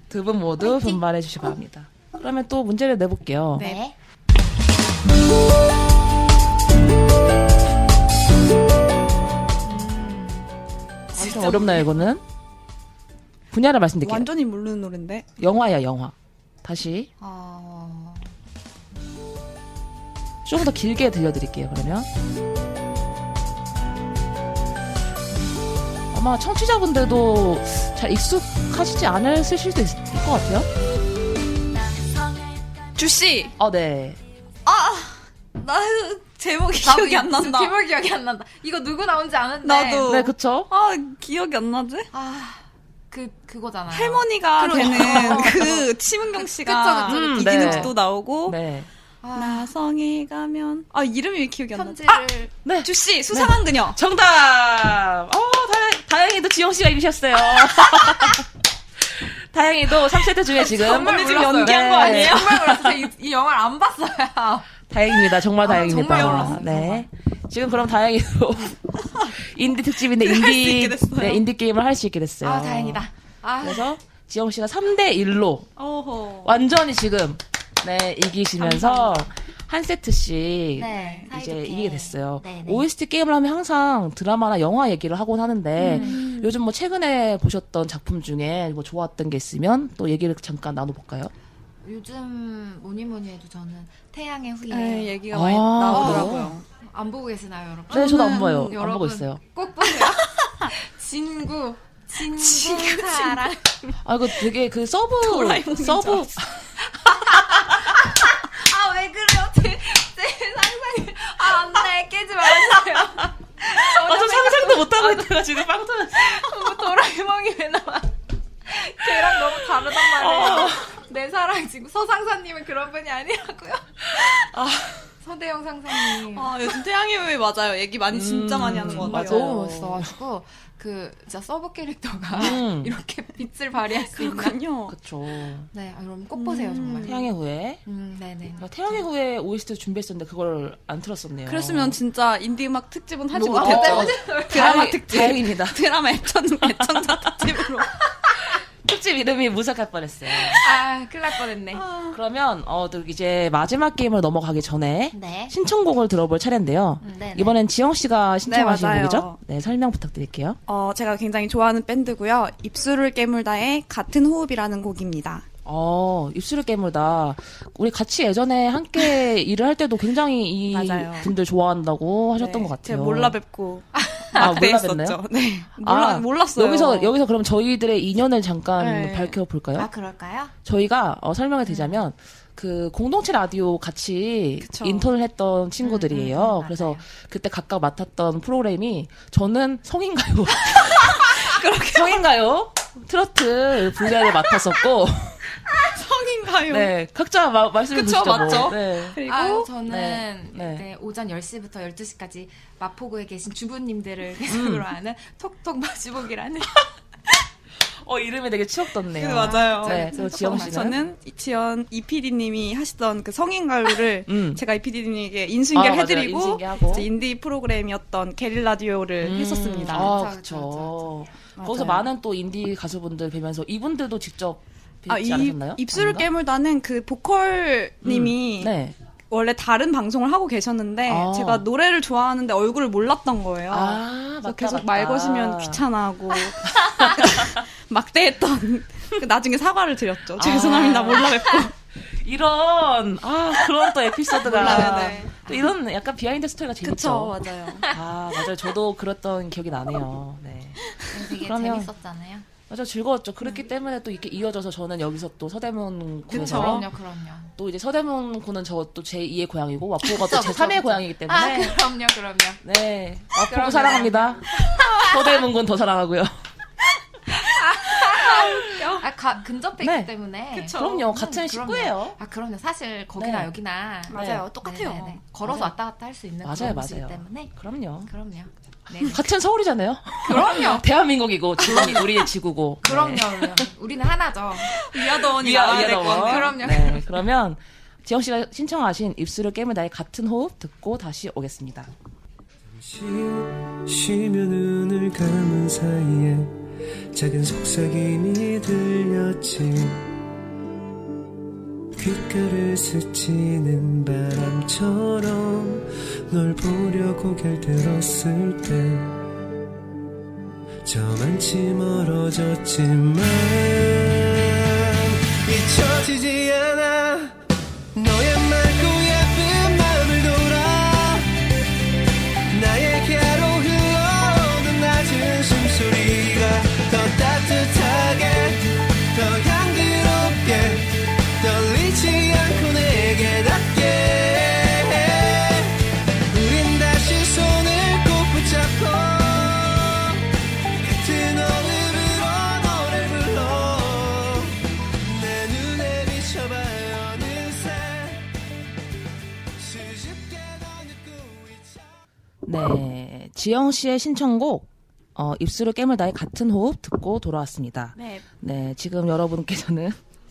Speaker 4: 두 분 모두 분발해주시기 바랍니다. 그러면 또 문제를 내볼게요.
Speaker 5: 네.
Speaker 4: 엄청 어렵나요, 이거는? 분야를
Speaker 5: 네.
Speaker 4: 말씀드릴게요.
Speaker 6: 완전히 모르는 노래인데.
Speaker 4: 영화야, 영화. 다시
Speaker 5: 어...
Speaker 4: 조금 더 길게 들려드릴게요, 그러면. 아마 청취자분들도 잘 익숙하시지 않을 수도 있을 것 같아요.
Speaker 6: 주씨!
Speaker 4: 어, 네.
Speaker 5: 나
Speaker 6: 제목이
Speaker 5: 아, 나도
Speaker 6: 기억이 안
Speaker 5: 지금
Speaker 6: 난다.
Speaker 5: 제목 기억이 안 난다. 이거 누구 나온지 아는데.
Speaker 6: 나도.
Speaker 4: 네, 그쵸?
Speaker 6: 아, 기억이 안 나지?
Speaker 5: 아, 그 그거잖아요.
Speaker 6: 할머니가
Speaker 5: 그러-
Speaker 6: 되는
Speaker 5: 어.
Speaker 6: 그 치문경
Speaker 5: 그쵸,
Speaker 6: 씨가
Speaker 4: 그쵸, 그쵸. 음,
Speaker 6: 이기는
Speaker 4: 네.
Speaker 6: 집도 나오고
Speaker 4: 네.
Speaker 5: 아,
Speaker 6: 나성이 가면 아 이름이 왜 기억이 안 나지?
Speaker 5: 편지를
Speaker 6: 아!
Speaker 4: 네.
Speaker 6: 주씨 수상한 그녀
Speaker 4: 정답! 어, 다행, 다행히도 지영씨가 이기셨어요. 다행히도 3세트 중에 지금.
Speaker 5: 정말
Speaker 6: 오늘 네, 지금
Speaker 5: 몰랐어요.
Speaker 6: 연기한 거
Speaker 4: 네.
Speaker 6: 아니에요?
Speaker 5: 정말 몰랐어요. 이, 이 영화를 안 봤어요.
Speaker 4: 다행입니다. 정말 다행입니다.
Speaker 5: 정말 어려웠어요,
Speaker 4: 네. 지금 그럼 다행히도 인디 특집인데
Speaker 6: 수
Speaker 4: 인디
Speaker 6: 있게 됐어요.
Speaker 4: 네, 인디 게임을 할 수 있게 됐어요.
Speaker 5: 아 다행이다. 아
Speaker 4: 그래서 지영 씨가 3대 1로
Speaker 6: 어허
Speaker 4: 완전히 지금 네, 이기시면서 한 세트씩
Speaker 5: 네.
Speaker 4: 이제
Speaker 5: 사이좋게.
Speaker 4: 이기게 됐어요.
Speaker 5: 네, 네.
Speaker 4: OST 게임을 하면 항상 드라마나 영화 얘기를 하곤 하는데
Speaker 5: 음.
Speaker 4: 요즘 뭐 최근에 보셨던 작품 중에 뭐 좋았던 게 있으면 또 얘기를 잠깐 나눠볼까요?
Speaker 5: 요즘 뭐니 뭐니 해도 저는 태양의 후예
Speaker 6: 네, 얘기가
Speaker 4: 아,
Speaker 6: 많이
Speaker 4: 그래요?
Speaker 6: 나오더라고요
Speaker 5: 안 보고 계시나요, 여러분?
Speaker 4: 네, 저도 안 봐요. 안
Speaker 5: 음,
Speaker 4: 보고
Speaker 5: 여러분
Speaker 4: 있어요.
Speaker 5: 꼭 보세요. 진구, 진구 사랑.
Speaker 4: 아, 이거 되게 그 서브,
Speaker 6: 도라에몽인 줄
Speaker 4: 서브,
Speaker 5: 아 왜 그래요? 제, 제 상상이 아안돼 네, 깨지 말아주세요.
Speaker 4: 완전 상상도 못하고 있다가 지금 빵 터졌어.
Speaker 5: 너무 뭐 도라에몽이 왜 나와? 걔랑 너무 다르단 말이에요. 내 사랑 지금 서상사님은 그런 분이 아니라고요. 어. 서대영 상사님.
Speaker 6: 아 요즘 태양의 후예 맞아요 얘기 많이 진짜 많이 하는 것
Speaker 4: 음, 맞아요.
Speaker 6: 같아요
Speaker 5: 너무 멋있어가지고 그 진짜 서브 캐릭터가
Speaker 4: 음.
Speaker 5: 이렇게 빛을 발휘할 수 있나?
Speaker 6: 그렇군요
Speaker 4: 그쵸.
Speaker 5: 네, 아, 여러분 꼭 보세요 정말.
Speaker 4: 태양의 후예.
Speaker 5: 음, 네네.
Speaker 4: 나 태양의 후예 OST 준비했었는데 그걸 안 틀었었네요.
Speaker 6: 그랬으면 진짜 인디 음악 특집은 하지
Speaker 5: 뭐가
Speaker 6: 못했죠
Speaker 5: 어때?
Speaker 6: 드라마
Speaker 4: 다행-
Speaker 6: 특집
Speaker 4: 다행입니다.
Speaker 6: 드라마 애청, 애청자 특집으로
Speaker 4: 특집 이름이 무색할 뻔했어요.
Speaker 5: 아, 큰일 날 뻔했네.
Speaker 4: 그러면 어, 또 이제 마지막 게임을 넘어가기 전에
Speaker 5: 네.
Speaker 4: 신청곡을 들어볼 차례인데요.
Speaker 5: 음, 네네.
Speaker 4: 이번엔 지영 씨가 신청하신
Speaker 6: 네, 맞아요.
Speaker 4: 곡이죠? 네, 설명 부탁드릴게요.
Speaker 6: 어, 제가 굉장히 좋아하는 밴드고요 입술을 깨물다의 같은 호흡이라는 곡입니다
Speaker 4: 어, 입술을 깨물다. 우리 같이 예전에 함께 일을 할 때도 굉장히 이
Speaker 6: 맞아요.
Speaker 4: 분들 좋아한다고 하셨던
Speaker 6: 네,
Speaker 4: 것 같아요.
Speaker 6: 제가 몰라 뵙고
Speaker 4: 아,
Speaker 6: 그때
Speaker 4: 몰라 뵙나요?
Speaker 6: 있었죠. 네. 몰라,
Speaker 4: 아,
Speaker 6: 몰랐어요.
Speaker 4: 여기서, 여기서 그럼 저희들의 인연을 잠깐
Speaker 6: 네.
Speaker 4: 밝혀볼까요?
Speaker 5: 아, 그럴까요?
Speaker 4: 저희가 어,
Speaker 6: 음.
Speaker 4: 설명을 드리자면 그 공동체 라디오 같이
Speaker 6: 그쵸.
Speaker 4: 인턴을 했던 친구들이에요.
Speaker 5: 음, 음, 음,
Speaker 4: 그래서
Speaker 5: 맞아요.
Speaker 4: 그때 각각 맡았던 프로그램이 저는 성인가요? 성인가요? 트로트 분야를 맡았었고
Speaker 6: 성인가요?
Speaker 4: 네 각자 마- 말씀해
Speaker 6: 그쵸,
Speaker 4: 주시죠. 뭐.
Speaker 6: 맞죠?
Speaker 4: 네.
Speaker 6: 그리고
Speaker 5: 아, 저는
Speaker 4: 네, 네.
Speaker 5: 그때 오전 10시부터 12시까지 마포구에 계신 주부님들을 대상으로 하는 톡톡 마주보기라는
Speaker 4: 어 이름이 되게 추억 돋네요.
Speaker 6: 그 맞아요.
Speaker 4: 네, 그리고 지영 씨는
Speaker 6: 저는 이치현 이PD님이 하시던 그 성인가요를
Speaker 4: 음.
Speaker 6: 제가 이PD님에게 인수인계를
Speaker 4: 아, 맞아요.
Speaker 6: 해드리고
Speaker 4: 인수인계하고.
Speaker 6: 이제 인디 프로그램이었던 게릴라디오를
Speaker 4: 음,
Speaker 6: 했었습니다.
Speaker 4: 아,
Speaker 5: 그쵸,
Speaker 4: 그렇죠.
Speaker 6: 그쵸.
Speaker 4: 거기서
Speaker 6: 맞아요.
Speaker 4: 많은 또 인디 가수분들 뵈면서 이분들도 직접 뵈지
Speaker 6: 아, 이
Speaker 4: 않으셨나요?
Speaker 6: 입술을
Speaker 4: 아닌가?
Speaker 6: 깨물다는 그 보컬님이
Speaker 4: 네.
Speaker 6: 원래 다른 방송을 하고 계셨는데
Speaker 4: 아.
Speaker 6: 제가 노래를 좋아하는데 얼굴을 몰랐던 거예요.
Speaker 4: 아,
Speaker 6: 그래서
Speaker 4: 맞다,
Speaker 6: 계속
Speaker 4: 맞다.
Speaker 6: 말 거시면 귀찮아하고 막대했던 그 나중에 사과를 드렸죠.
Speaker 4: 아.
Speaker 6: 죄송합니다 몰라 뵙고
Speaker 4: 이런 아 그런 또 에피소드가
Speaker 6: 몰라요, 네.
Speaker 4: 또 이런 약간 비하인드 스토리가 재밌죠.
Speaker 6: 맞아요.
Speaker 4: 아 맞아요. 저도 그랬던 기억이 나네요. 네.
Speaker 5: 되게
Speaker 4: 그러면-
Speaker 5: 재밌었잖아요.
Speaker 4: 맞아 즐거웠죠.
Speaker 6: 음.
Speaker 4: 그렇기 때문에 또 이렇게 이어져서 저는 여기서 또 서대문구에서
Speaker 5: 그럼요, 그럼요.
Speaker 4: 또 이제 서대문구는 저 또 제 2의 고향이고 마포가
Speaker 5: 그쵸,
Speaker 4: 또 제 3의
Speaker 5: 그쵸,
Speaker 4: 고향이기 때문에
Speaker 5: 아, 그럼요, 그럼요.
Speaker 4: 네 마포구
Speaker 5: 그럼요.
Speaker 4: 사랑합니다. 서대문군 더 사랑하고요.
Speaker 6: 네,
Speaker 5: 아, 가, 근접해
Speaker 4: 네.
Speaker 5: 있기 때문에.
Speaker 6: 어? 그쵸.
Speaker 4: 그럼요
Speaker 5: 음,
Speaker 4: 같은
Speaker 5: 그럼요.
Speaker 4: 식구예요.
Speaker 5: 아, 그럼요. 사실 거기나
Speaker 4: 네.
Speaker 5: 여기나
Speaker 6: 맞아요.
Speaker 4: 네.
Speaker 6: 똑같아요.
Speaker 5: 네네네. 걸어서
Speaker 4: 맞아요.
Speaker 5: 왔다 갔다 할 수 있는
Speaker 4: 맞아요,
Speaker 5: 그런 곳이기
Speaker 4: 맞아요.
Speaker 5: 때문에.
Speaker 4: 그럼요.
Speaker 5: 그럼요. 네.
Speaker 4: 같은 서울이잖아요.
Speaker 5: 그럼요.
Speaker 4: 대한민국이고 지구니 우리의 지구고. 네.
Speaker 5: 그럼요. 그럼요. 우리는 하나죠.
Speaker 6: 위아더원이
Speaker 4: 위아
Speaker 6: 나와야
Speaker 4: 위아
Speaker 6: 될 것
Speaker 4: 넘어.
Speaker 6: 같아요.
Speaker 5: 네, 그럼요.
Speaker 4: 네, 그러면 지영 씨가 신청하신 입술을 깨물 나의 같은 호흡 듣고 다시 오겠습니다.
Speaker 2: 쉬며 눈을 감은 사이에 작은 속삭임이 들렸지 귓가를 스치는 바람처럼 널 보려고 길 들었을 때 저만치 멀어졌지만 잊혀지지 않아 너의 맑고 예쁜 마음을 돌아 나에게로 흘러오는 낮은 숨소리가 더 따뜻하게 더 향기롭게 떨리지 않고 내게 닿게 우린 다시 손을 꼭 붙잡고 같은 어음으로 노래 불러 내 눈에 비춰봐요 어느새 수줍게 더 느끼고 있잖아
Speaker 4: 네, 지영 씨의 신청곡 어, 입술을 깨물 나의 같은 호흡 듣고 돌아왔습니다.
Speaker 6: 네.
Speaker 4: 네, 지금 여러분께서는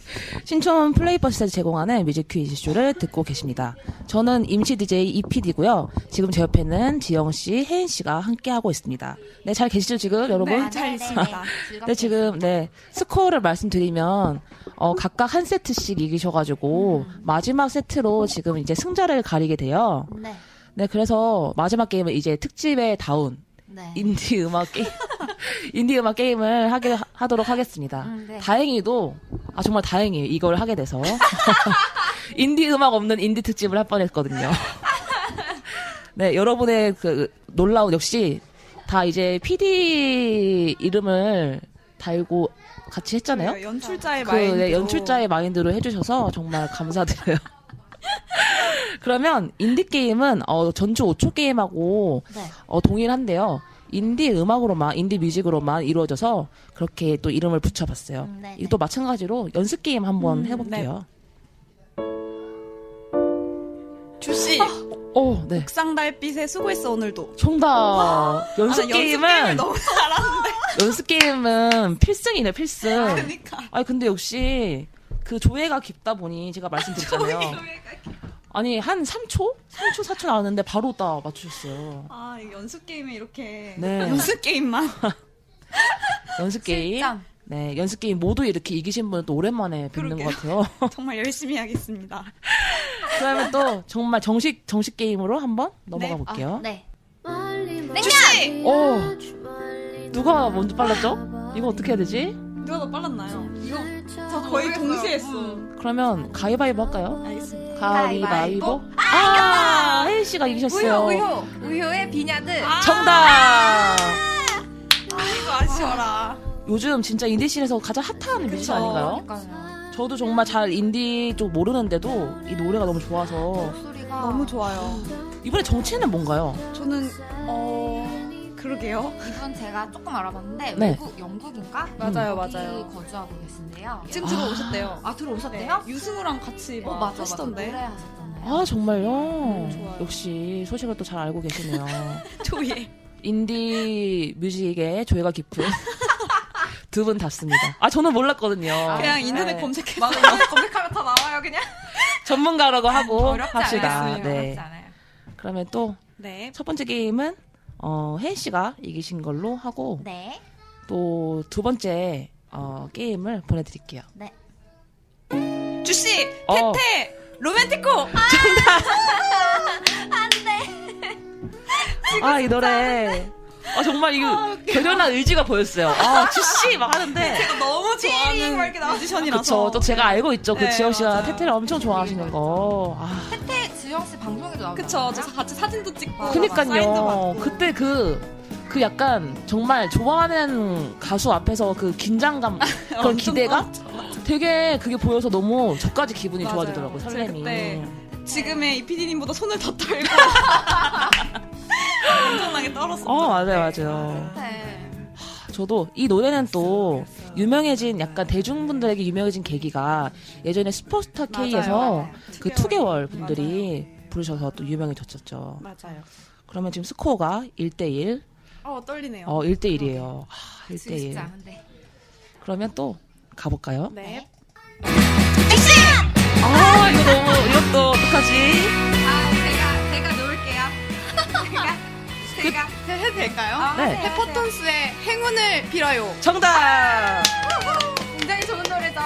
Speaker 4: 신촌 플레이버스에서 제공하는 뮤직 퀴즈 쇼를 듣고 계십니다. 저는 임시 DJ 이피디고요. 지금 제 옆에는 지영 씨, 혜인 씨가 함께 하고 있습니다. 네, 잘 계시죠 지금 여러분?
Speaker 6: 네, 잘 있습니다.
Speaker 4: 네, 지금, 네, 스코어를 말씀드리면, 어, 각각 한 세트씩 이기셔가지고, 마지막 세트로 지금 이제 승자를 가리게 돼요.
Speaker 5: 네.
Speaker 4: 네, 그래서 마지막 게임은 이제 특집의 다운,
Speaker 5: 네.
Speaker 4: 인디 음악 게임, 인디 음악 게임을 하게, 하- 하도록 하겠습니다.
Speaker 5: 음, 네.
Speaker 4: 다행히도, 아, 정말 다행이에요. 이걸 하게 돼서. 인디 음악 없는 인디 특집을 할 뻔 했거든요. 네, 여러분의 그 놀라운 역시 다 이제 PD 이름을 달고 같이 했잖아요.
Speaker 6: 그 연출자의
Speaker 4: 그
Speaker 6: 마인드.
Speaker 4: 네, 연출자의 마인드로 해주셔서 정말 감사드려요. 그러면 인디 게임은 어, 전주 5초 게임하고
Speaker 5: 네.
Speaker 4: 어, 동일한데요. 인디 음악으로만 인디 뮤직으로만 이루어져서 그렇게 또 이름을 붙여봤어요.
Speaker 5: 음, 네,
Speaker 4: 이것도 마찬가지로 연습 게임 한번 해볼게요. 아.
Speaker 6: 주씨,
Speaker 4: 오, 네.
Speaker 6: 옥상 달빛에 수고했어 오늘도.
Speaker 4: 정답. 연습
Speaker 6: 아, 나
Speaker 4: 게임은
Speaker 6: 너무 잘하는데.
Speaker 4: 연습 게임은 필승이네 필승.
Speaker 6: 그러니까.
Speaker 4: 아니 근데 역시 그 조예가 깊다 보니 제가 말씀드렸잖아요. 아니 한 3초? 3초 4초 나왔는데 바로 다 맞추셨어요.
Speaker 6: 아, 이게 연습 게임에 이렇게
Speaker 4: 네.
Speaker 6: 연습 게임만.
Speaker 4: 연습 게임.
Speaker 5: 실전.
Speaker 4: 네, 연습 게임 모두 이렇게 이기신 분은 또 오랜만에 뵙는
Speaker 6: 그러게요.
Speaker 4: 것 같아요.
Speaker 6: 정말 열심히 하겠습니다.
Speaker 4: 그러면 또 정말 정식 정식 게임으로 한번 넘어가
Speaker 6: 네.
Speaker 4: 볼게요.
Speaker 5: 아, 네.
Speaker 6: 주씨,
Speaker 4: 오, 누가 먼저 빨랐죠? 이거 어떻게 해야 되지?
Speaker 6: 누가 더 빨랐나요? 이거
Speaker 5: 저
Speaker 6: 거의 동시에 했어.
Speaker 4: 그러면 가위바위보 할까요?
Speaker 6: 알겠습니다.
Speaker 4: 가위바위보. 아, 혜인 씨가
Speaker 5: 우효,
Speaker 4: 이기셨어요.
Speaker 5: 우효. 우효의 비냐드.
Speaker 6: 아.
Speaker 4: 정답.
Speaker 6: 이거 아쉬워라.
Speaker 4: 요즘 진짜 인디씬에서 가장 핫한 뮤지션 아닌가요?
Speaker 5: 그러니까요.
Speaker 4: 저도 정말 잘 인디 쪽 모르는데도 이 노래가 너무 좋아서
Speaker 5: 목소리가
Speaker 6: 너무 좋아요.
Speaker 4: 이번에 정체는 뭔가요?
Speaker 6: 저는 어 그러게요.
Speaker 5: 이분 제가 조금 알아봤는데
Speaker 4: 네.
Speaker 5: 외국 영국인가?
Speaker 6: 맞아요,
Speaker 5: 거기
Speaker 6: 맞아요.
Speaker 5: 거주하고 계신데요.
Speaker 6: 지금 들어오셨대요. 네,
Speaker 5: 아 들어오셨대요?
Speaker 6: 유승우랑 같이
Speaker 5: 어,
Speaker 6: 막
Speaker 5: 맞아, 맞아.
Speaker 6: 하시던데.
Speaker 5: 노래 하셨잖아요.
Speaker 4: 아 정말요?
Speaker 6: 좋아요.
Speaker 4: 역시 소식을 또 잘 알고 계시네요.
Speaker 6: 조예.
Speaker 4: 인디 뮤직의 조예가 깊은 두 분 답습니다. 아 저는 몰랐거든요.
Speaker 6: 그냥 인터넷
Speaker 4: 네.
Speaker 6: 검색해서
Speaker 5: 맞아, 맞아. 검색하면 다 나와요, 그냥.
Speaker 4: 전문가라고 하고
Speaker 5: 아, 어렵지
Speaker 4: 합시다.
Speaker 5: 않아요.
Speaker 4: 네.
Speaker 5: 어렵지 않아요.
Speaker 4: 그러면 또 첫
Speaker 6: 네.
Speaker 4: 번째 게임은 어, 혜인 씨가 이기신 걸로 하고
Speaker 5: 네.
Speaker 4: 또 두 번째 어, 게임을 보내드릴게요.
Speaker 5: 네.
Speaker 6: 주씨,
Speaker 4: 어.
Speaker 6: 테테 로맨티코.
Speaker 4: 아, 이 노래. 아, 정말 이거 결연한 의지가 보였어요. 아, 주씨! 막 하는데.
Speaker 6: 너무 좋아하는
Speaker 5: 막 이렇게 나와.
Speaker 6: 뮤지션이라서.
Speaker 4: 그쵸. 또 제가 알고 있죠. 그
Speaker 6: 네,
Speaker 4: 지영 씨가
Speaker 6: 맞아요.
Speaker 4: 테테를 엄청 좋아하시는 거. 아,
Speaker 5: 태태 지영 네, 씨 방송에도 나오고.
Speaker 6: 그쵸. 저 같이 사진도 찍고
Speaker 5: 맞아,
Speaker 6: 막 사인도
Speaker 4: 그니까요.
Speaker 6: 받고.
Speaker 4: 그때 그 그 약간 정말 좋아하는 가수 앞에서 그 긴장감, 그런 기대감? 되게 그게 보여서 너무 저까지 기분이
Speaker 6: 맞아요.
Speaker 4: 좋아지더라고요,
Speaker 6: 제가
Speaker 4: 설렘이. 네.
Speaker 6: 그때 지금의 이 PD님보다 손을 더 떨고 엄청나게 떨었어요.
Speaker 4: 어, 맞아요, 맞아요.
Speaker 5: 네.
Speaker 4: 저도 이 노래는 또 유명해진 약간 대중분들에게 유명해진 계기가 예전에 슈퍼스타 K에서
Speaker 6: 맞아요.
Speaker 4: 그 2개월 분들이 부르셔서 또 유명해졌었죠.
Speaker 6: 맞아요.
Speaker 4: 그러면 지금 스코어가 1대1,
Speaker 6: 어 떨리네요.
Speaker 4: 어, 1대1이에요. 아,
Speaker 5: 진짜
Speaker 4: 1대1.
Speaker 5: 근데
Speaker 4: 그러면 또 가볼까요?
Speaker 6: 네.
Speaker 4: 아, 이거 너무, 이것도 어떡하지?
Speaker 5: 아 제가 제가 놓을게요. 제가 제가 아,
Speaker 6: 해도 될까요?
Speaker 4: 네.
Speaker 6: 페퍼톤스의 행운을 빌어요.
Speaker 4: 정답!
Speaker 5: 굉장히 좋은 노래죠.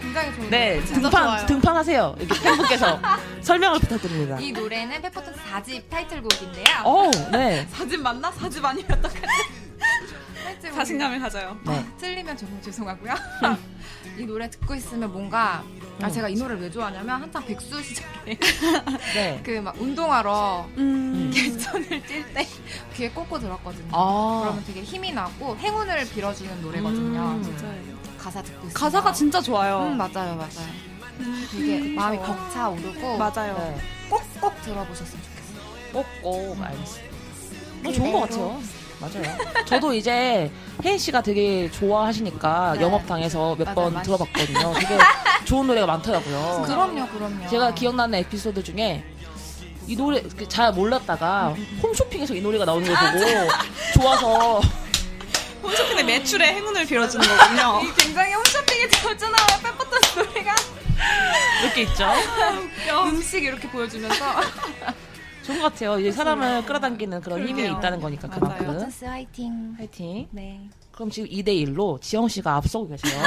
Speaker 5: 굉장히 좋은 노래.
Speaker 4: 네,
Speaker 6: 좋아요.
Speaker 4: 등판, 등판하세요. 여기 팬분께서 설명을 부탁드립니다.
Speaker 5: 이 노래는 페퍼톤스 4집 타이틀곡인데요.
Speaker 4: 어, 네.
Speaker 6: 사집 맞나? 사집 아니면 어떡하지?
Speaker 5: 타이틀곡이-
Speaker 6: 자신감을 가져요.
Speaker 4: 네.
Speaker 5: 틀리면 정말 죄송하고요. 이 노래 듣고 있으면 뭔가 아 제가 이 노래를 왜 좋아하냐면 한창 백수 시절에
Speaker 4: 네.
Speaker 5: 그 막 운동하러
Speaker 6: 음.
Speaker 5: 길선을 찔 때 귀에 꽂고 들었거든요.
Speaker 4: 아,
Speaker 5: 그러면 되게 힘이 나고 행운을 빌어주는 노래거든요.
Speaker 4: 음.
Speaker 5: 가사 듣고 있으면.
Speaker 6: 가사가 진짜 좋아요.
Speaker 5: 음, 맞아요, 맞아요. 되게 마음이 벅차 오르고
Speaker 6: 맞아요.
Speaker 4: 네.
Speaker 5: 꼭꼭 들어보셨으면 좋겠어요.
Speaker 4: 꼭꼭 알겠습니다. 뭐 좋은 것 같아요. 맞아요. 저도 이제 혜인 씨가 되게 좋아하시니까
Speaker 5: 네.
Speaker 4: 영업당에서 몇
Speaker 5: 맞아요,
Speaker 4: 번
Speaker 5: 많이.
Speaker 4: 들어봤거든요. 되게 좋은 노래가
Speaker 6: 어.
Speaker 4: 많더라고요.
Speaker 5: 그럼요, 그럼요.
Speaker 4: 제가 기억나는 에피소드 중에 이 노래 그잘 몰랐다가 홈쇼핑에서 이 노래가 나오는 걸 보고 좋아서
Speaker 6: 홈쇼핑의 매출에 행운을 빌어주는 거군요.
Speaker 5: 이 굉장히 홈쇼핑에 들어잖아요 페퍼톤스 노래가
Speaker 4: 이렇게 있죠.
Speaker 5: 음식 이렇게 보여주면서
Speaker 6: 네.
Speaker 4: 좋은 것 같아요. 이제 사람을 끌어당기는 그런 힘이
Speaker 6: 그러게요.
Speaker 4: 있다는 거니까
Speaker 6: 맞아요.
Speaker 4: 그만큼.
Speaker 5: 화이팅.
Speaker 4: 파이팅.
Speaker 5: 네,
Speaker 4: 그럼 지금 2대1로 지영 씨가 앞서고 계세요.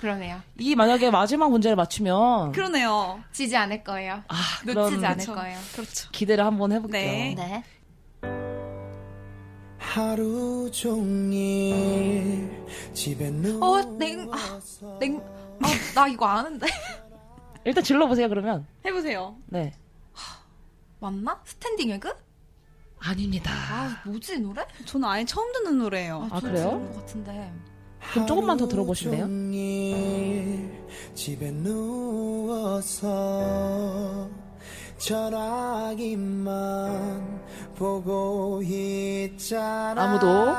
Speaker 5: 그러네요.
Speaker 4: 이 만약에 마지막 문제를 맞추면
Speaker 6: 그러네요.
Speaker 5: 지지 않을 거예요.
Speaker 4: 아, 그럼
Speaker 5: 놓치지 않을
Speaker 6: 그쵸.
Speaker 5: 거예요.
Speaker 6: 그렇죠.
Speaker 4: 기대를 한번 해볼게요.
Speaker 6: 네.
Speaker 5: 네.
Speaker 2: 하루 종일 집에 누워
Speaker 5: 어, 냉, 아, 냉, 아, 나 이거 아는데.
Speaker 4: 일단 질러보세요, 그러면.
Speaker 6: 해보세요.
Speaker 4: 네.
Speaker 5: 맞나? 스탠딩 에그?
Speaker 4: 아닙니다.
Speaker 5: 아, 뭐지, 이 노래?
Speaker 6: 저는 아예 처음 듣는 노래예요.
Speaker 4: 아,
Speaker 5: 저
Speaker 4: 그래요?
Speaker 5: 들은 것 같은데.
Speaker 4: 그럼 조금만 더 들어보실래요?
Speaker 2: 하루 종일 집에 누워서 전화기만 보고 있잖아 아무도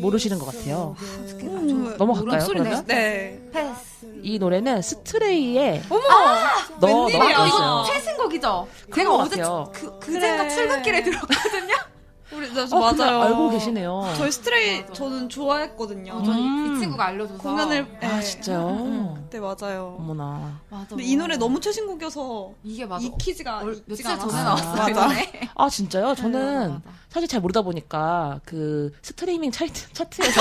Speaker 4: 모르시는 것 같아요.
Speaker 5: 어떻게,
Speaker 6: 음,
Speaker 5: 아,
Speaker 4: 넘어갈까요,
Speaker 5: 소리
Speaker 4: 그러면?
Speaker 5: 내
Speaker 6: 네.
Speaker 5: 패스.
Speaker 4: 이 노래는 스트레이의 아!
Speaker 6: 어머!
Speaker 4: 너,
Speaker 6: 웬일이야.
Speaker 4: 너가
Speaker 5: 아, 이거
Speaker 4: 있어요.
Speaker 5: 최신곡이죠? 제가
Speaker 4: 것
Speaker 5: 어제,
Speaker 4: 같아요.
Speaker 5: 그, 그젠가
Speaker 6: 그래.
Speaker 5: 출근길에 들었거든요?
Speaker 6: 우리 나
Speaker 4: 어, 근데
Speaker 6: 맞아요.
Speaker 4: 알고 계시네요.
Speaker 6: 저희 스트레이 저는 좋아했거든요.
Speaker 5: 어, 저는 이-
Speaker 4: 음.
Speaker 5: 이 친구가 알려줘서.
Speaker 6: 공연을
Speaker 4: 아,
Speaker 6: 네.
Speaker 4: 진짜요?
Speaker 6: 네 맞아요.
Speaker 4: 어머나.
Speaker 5: 맞아.
Speaker 6: 근데 이 노래 너무 최신곡이어서
Speaker 5: 이게 맞아.
Speaker 6: 익히지가
Speaker 5: 얼-
Speaker 6: 익지가
Speaker 5: 며칠
Speaker 6: 않았어요.
Speaker 5: 전에 나왔어요.
Speaker 6: 맞아.
Speaker 5: 이번에.
Speaker 4: 아, 진짜요? 저는
Speaker 5: 맞아, 맞아.
Speaker 4: 사실 잘 모르다 보니까 그 스트리밍 차트, 차트에서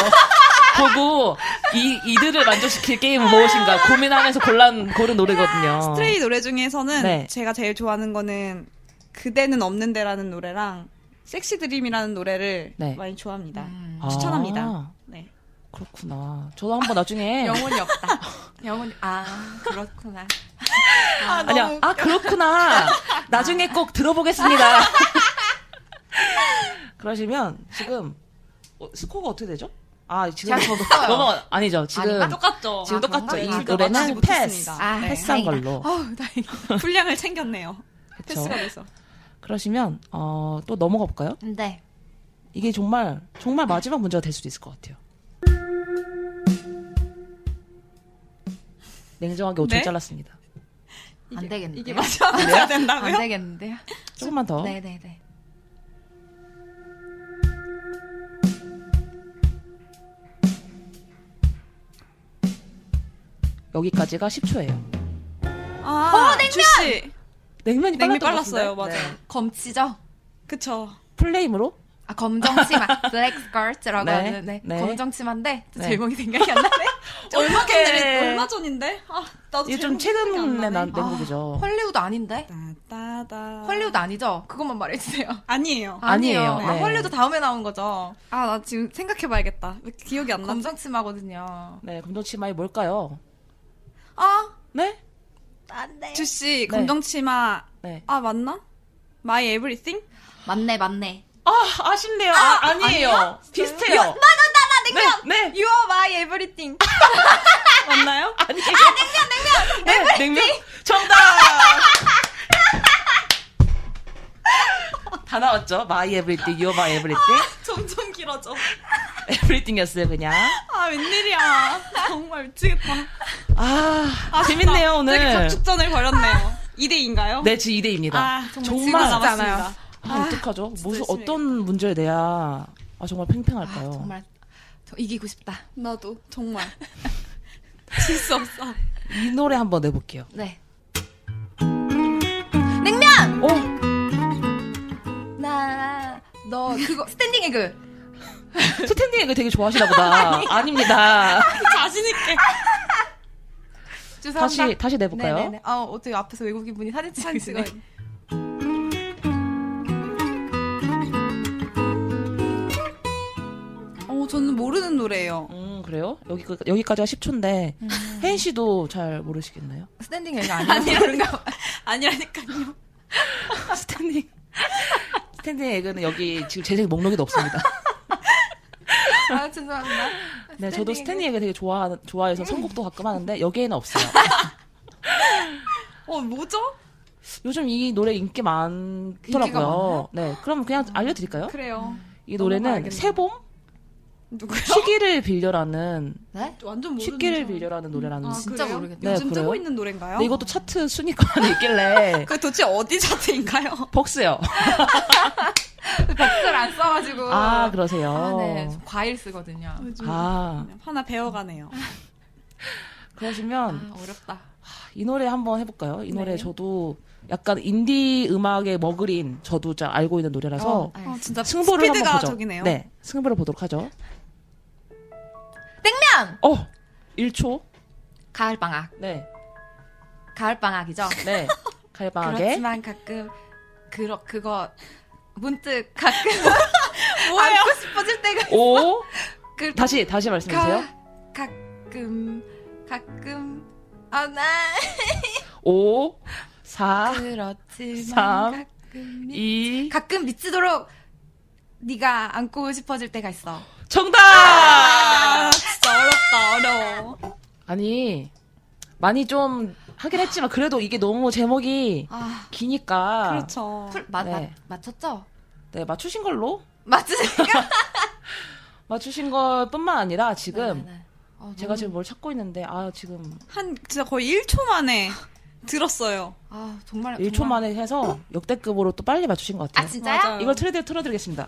Speaker 4: 보고 이, 이들을 만족시킬 게임은 무엇인가 고민하면서 골란, 고른 노래거든요.
Speaker 6: 스트레이 노래 중에서는
Speaker 4: 어. 네.
Speaker 6: 제가 제일 좋아하는 거는 그대는 없는데라는 노래랑 섹시 드림이라는 노래를
Speaker 4: 네.
Speaker 6: 많이 좋아합니다.
Speaker 5: 음.
Speaker 4: 아,
Speaker 6: 추천합니다. 네.
Speaker 4: 그렇구나. 저도 한번 나중에.
Speaker 5: 영혼이 없다. 영혼이, 아, 그렇구나.
Speaker 4: 아니야. 아 그렇구나. 나중에 꼭 들어보겠습니다. 그러시면 지금 어, 스코어가 어떻게 되죠? 아 지금
Speaker 5: 제가 졌어요.
Speaker 4: 넘어 아니죠. 지금
Speaker 5: 아닌가?
Speaker 6: 똑같죠.
Speaker 4: 지금
Speaker 5: 아,
Speaker 4: 똑같죠.
Speaker 5: 정말?
Speaker 4: 이
Speaker 5: 아,
Speaker 6: 맞추지
Speaker 4: 노래는 패스.
Speaker 6: 못했습니다.
Speaker 5: 아,
Speaker 6: 네.
Speaker 4: 패스한
Speaker 5: 다행이다.
Speaker 4: 걸로.
Speaker 6: 어우 다행이다. 분량을 챙겼네요.
Speaker 4: 그렇죠.
Speaker 6: 패스가 돼서.
Speaker 4: 그러시면 어, 또 넘어가 볼까요?
Speaker 5: 네.
Speaker 4: 이게 정말 정말 마지막 문제가 될 수도 있을 것 같아요. 냉정하게 5초
Speaker 6: 네?
Speaker 4: 잘랐습니다.
Speaker 5: 안 되겠는데.
Speaker 6: 이게 맞아 맞아야 된다고요?
Speaker 5: 안
Speaker 4: 네.
Speaker 5: 되겠는데요?
Speaker 4: 조금만 더.
Speaker 5: 네네네.
Speaker 4: 여기까지가 10초예요.
Speaker 6: 아, 주씨.
Speaker 4: 냉면이 빨랐던
Speaker 6: 냉면
Speaker 4: 것
Speaker 6: 빨랐어요.
Speaker 4: 같은데?
Speaker 6: 맞아요.
Speaker 4: 네.
Speaker 5: 검치죠?
Speaker 6: 그쵸.
Speaker 4: 플레임으로
Speaker 5: 아, 검정 치마. 블랙 스커트라고
Speaker 4: 네,
Speaker 5: 하는, 네.
Speaker 4: 네.
Speaker 5: 검정 치마인데, 또
Speaker 4: 네.
Speaker 5: 제목이 생각이 안 나네.
Speaker 6: 얼마
Speaker 4: 어떡해.
Speaker 6: 전에 얼마 전인데? 아, 나도
Speaker 4: 이게 아, 좀
Speaker 6: 제목이 생각이 안
Speaker 4: 최근에 난
Speaker 6: 나네.
Speaker 4: 곡이죠.
Speaker 5: 헐리우드 아닌데?
Speaker 6: 따따다.
Speaker 5: 헐리우드 아니죠? 그것만 말해주세요.
Speaker 6: 아니에요.
Speaker 4: 아니에요.
Speaker 5: 아,
Speaker 4: 네.
Speaker 5: 헐리우드 다음에 나온 거죠.
Speaker 6: 아, 나 지금 생각해봐야겠다. 아, 왜 기억이 안
Speaker 5: 음.
Speaker 6: 나지?
Speaker 5: 검정 치마거든요.
Speaker 4: 네, 검정치마이 뭘까요?
Speaker 6: 아,
Speaker 4: 네?
Speaker 6: 주씨, 검정치마.
Speaker 4: 네.
Speaker 6: 아, 맞나? My Everything?
Speaker 5: 맞네, 맞네.
Speaker 4: 아, 아, 아쉽네요. 아, 아니에요. 비슷해요.
Speaker 5: 냉면!
Speaker 4: 네, 네.
Speaker 5: You are my everything.
Speaker 4: 맞나요? 아니에요. 냉면, 냉면. 네, 냉면. 정답. 다 나왔죠? My everything, your my everything.
Speaker 6: 점점 길어져.
Speaker 4: everything이었어요, 그냥.
Speaker 6: 아 웬일이야. 정말 미치겠다.
Speaker 4: 아, 재밌네요,
Speaker 6: 되게
Speaker 4: 오늘.
Speaker 6: 격축전을 벌였네요. 2대2인가요?
Speaker 4: 네, 지 2대입니다.
Speaker 6: 아
Speaker 4: 정말
Speaker 6: 정말
Speaker 4: 남았습니다.
Speaker 6: 남았습니다.
Speaker 4: 아, 어떡하죠? 무슨,
Speaker 6: 열심히
Speaker 4: 어떤 문제를 내야, 아, 정말 팽팽할까요?
Speaker 5: 어.
Speaker 6: 정말 더 이기고 싶다. 나도 정말 질 수 없어.
Speaker 4: 이 노래 한번 내볼게요.
Speaker 5: 네. 냉면!
Speaker 4: 어?
Speaker 5: 나, 너, 그거, 스탠딩 에그.
Speaker 4: 스탠딩 이거 되게 좋아하시나 보다. 아닙니다.
Speaker 6: 자신있게.
Speaker 5: 죄송합니다.
Speaker 4: 다시, 다시 내볼까요?
Speaker 5: 네네네. 아, 어떻게 앞에서 외국인 분이 사진
Speaker 6: 사진
Speaker 5: 찍으시네.
Speaker 6: 찍어요. 어, 저는 모르는 노래예요.
Speaker 4: 음, 그래요? 여기, 여기까지가 10초인데, 혜인 씨도 잘 모르시겠나요?
Speaker 5: 스탠딩 에그 아니에요? 그런가 봐요.
Speaker 6: 아니라니까요.
Speaker 4: 스탠딩. 스탠딩 에그는 여기 지금 제 목록에도 없습니다.
Speaker 5: 아, 죄송합니다.
Speaker 4: 네, 저도 스탠딩
Speaker 5: 에그.
Speaker 4: 에그 되게 좋아, 좋아해서 선곡도 가끔 하는데, 여기에는 없어요.
Speaker 6: 어, 뭐죠?
Speaker 4: 요즘 이 노래 인기
Speaker 5: 인기가 많아요?
Speaker 4: 많더라고요. 네, 그럼 그냥 알려드릴까요?
Speaker 6: 그래요.
Speaker 4: 이
Speaker 5: 넘어가야겠네.
Speaker 4: 노래는 세봄?
Speaker 6: 누구요?
Speaker 4: 시기를 빌려라는,
Speaker 5: 네?
Speaker 6: 완전 모르는
Speaker 4: 시기를
Speaker 6: 노래.
Speaker 4: 빌려라는 노래라는.
Speaker 6: 아,
Speaker 5: 진짜
Speaker 6: 그래요?
Speaker 5: 모르겠네요.
Speaker 6: 요즘
Speaker 4: 네,
Speaker 6: 뜨고
Speaker 4: 그래요?
Speaker 6: 있는 노래인가요?
Speaker 4: 근데 이것도 차트 순위권에 있길래, 그
Speaker 6: 그 도대체 어디 차트인가요?
Speaker 4: 벅스요.
Speaker 5: 박스를 그 안 써가지고.
Speaker 4: 아, 그러세요.
Speaker 5: 아, 네. 저 과일 쓰거든요.
Speaker 4: 아,
Speaker 6: 하나 배워가네요.
Speaker 4: 그러시면
Speaker 5: 아, 어렵다.
Speaker 4: 이 노래 한번 해볼까요? 이
Speaker 6: 네.
Speaker 4: 노래 저도 약간 인디 음악의 머그린 저도 잘 알고 있는 노래라서
Speaker 5: 어, 알겠습니다.
Speaker 6: 진짜
Speaker 4: 승부를
Speaker 6: 아, 스피드가
Speaker 4: 한번 보죠.
Speaker 6: 저기네요.
Speaker 4: 네, 승부를 보도록 하죠.
Speaker 5: 냉면!
Speaker 4: 어, 1초.
Speaker 5: 가을방학.
Speaker 4: 네,
Speaker 5: 가을방학이죠?
Speaker 4: 네. 갈방하게.
Speaker 5: 그렇지만 가끔, 그러, 그거, 문득 가끔.
Speaker 6: 뭐예요?
Speaker 5: 안고 싶어질 때가.
Speaker 4: 오,
Speaker 5: 그,
Speaker 4: 다시 다시 말씀해 주세요.
Speaker 5: 가, 가끔, 가끔, 아, 나.
Speaker 4: 5, 4,
Speaker 5: 그렇지만
Speaker 4: 삼,
Speaker 5: 가끔. 미-
Speaker 4: 2.
Speaker 5: 가끔 미치도록 네가 안고 싶어질 때가 있어.
Speaker 4: 정답.
Speaker 6: 아, 진짜 어렵다, 어려워.
Speaker 4: 아니 많이 좀 하긴 했지만 그래도 이게 너무 제목이
Speaker 5: 아,
Speaker 4: 기니까
Speaker 6: 그렇죠.
Speaker 5: 풀, 맞,
Speaker 4: 네.
Speaker 5: 맞, 맞췄죠?
Speaker 4: 네 맞추신 걸로
Speaker 5: 맞추니까?
Speaker 4: 맞추신 것뿐만 아니라 지금
Speaker 5: 어,
Speaker 4: 제가
Speaker 5: 너무-
Speaker 4: 지금 뭘 찾고 있는데 아 지금
Speaker 6: 한, 진짜 거의 1초 만에 들었어요.
Speaker 5: 아, 정말.
Speaker 4: 1초
Speaker 5: 정말-
Speaker 4: 만에 해서 역대급으로 또 빨리 맞추신 것
Speaker 5: 아,
Speaker 4: 같아요.
Speaker 5: 진짜요?
Speaker 6: 맞아요.
Speaker 4: 이걸 트레드에 틀어드리겠습니다.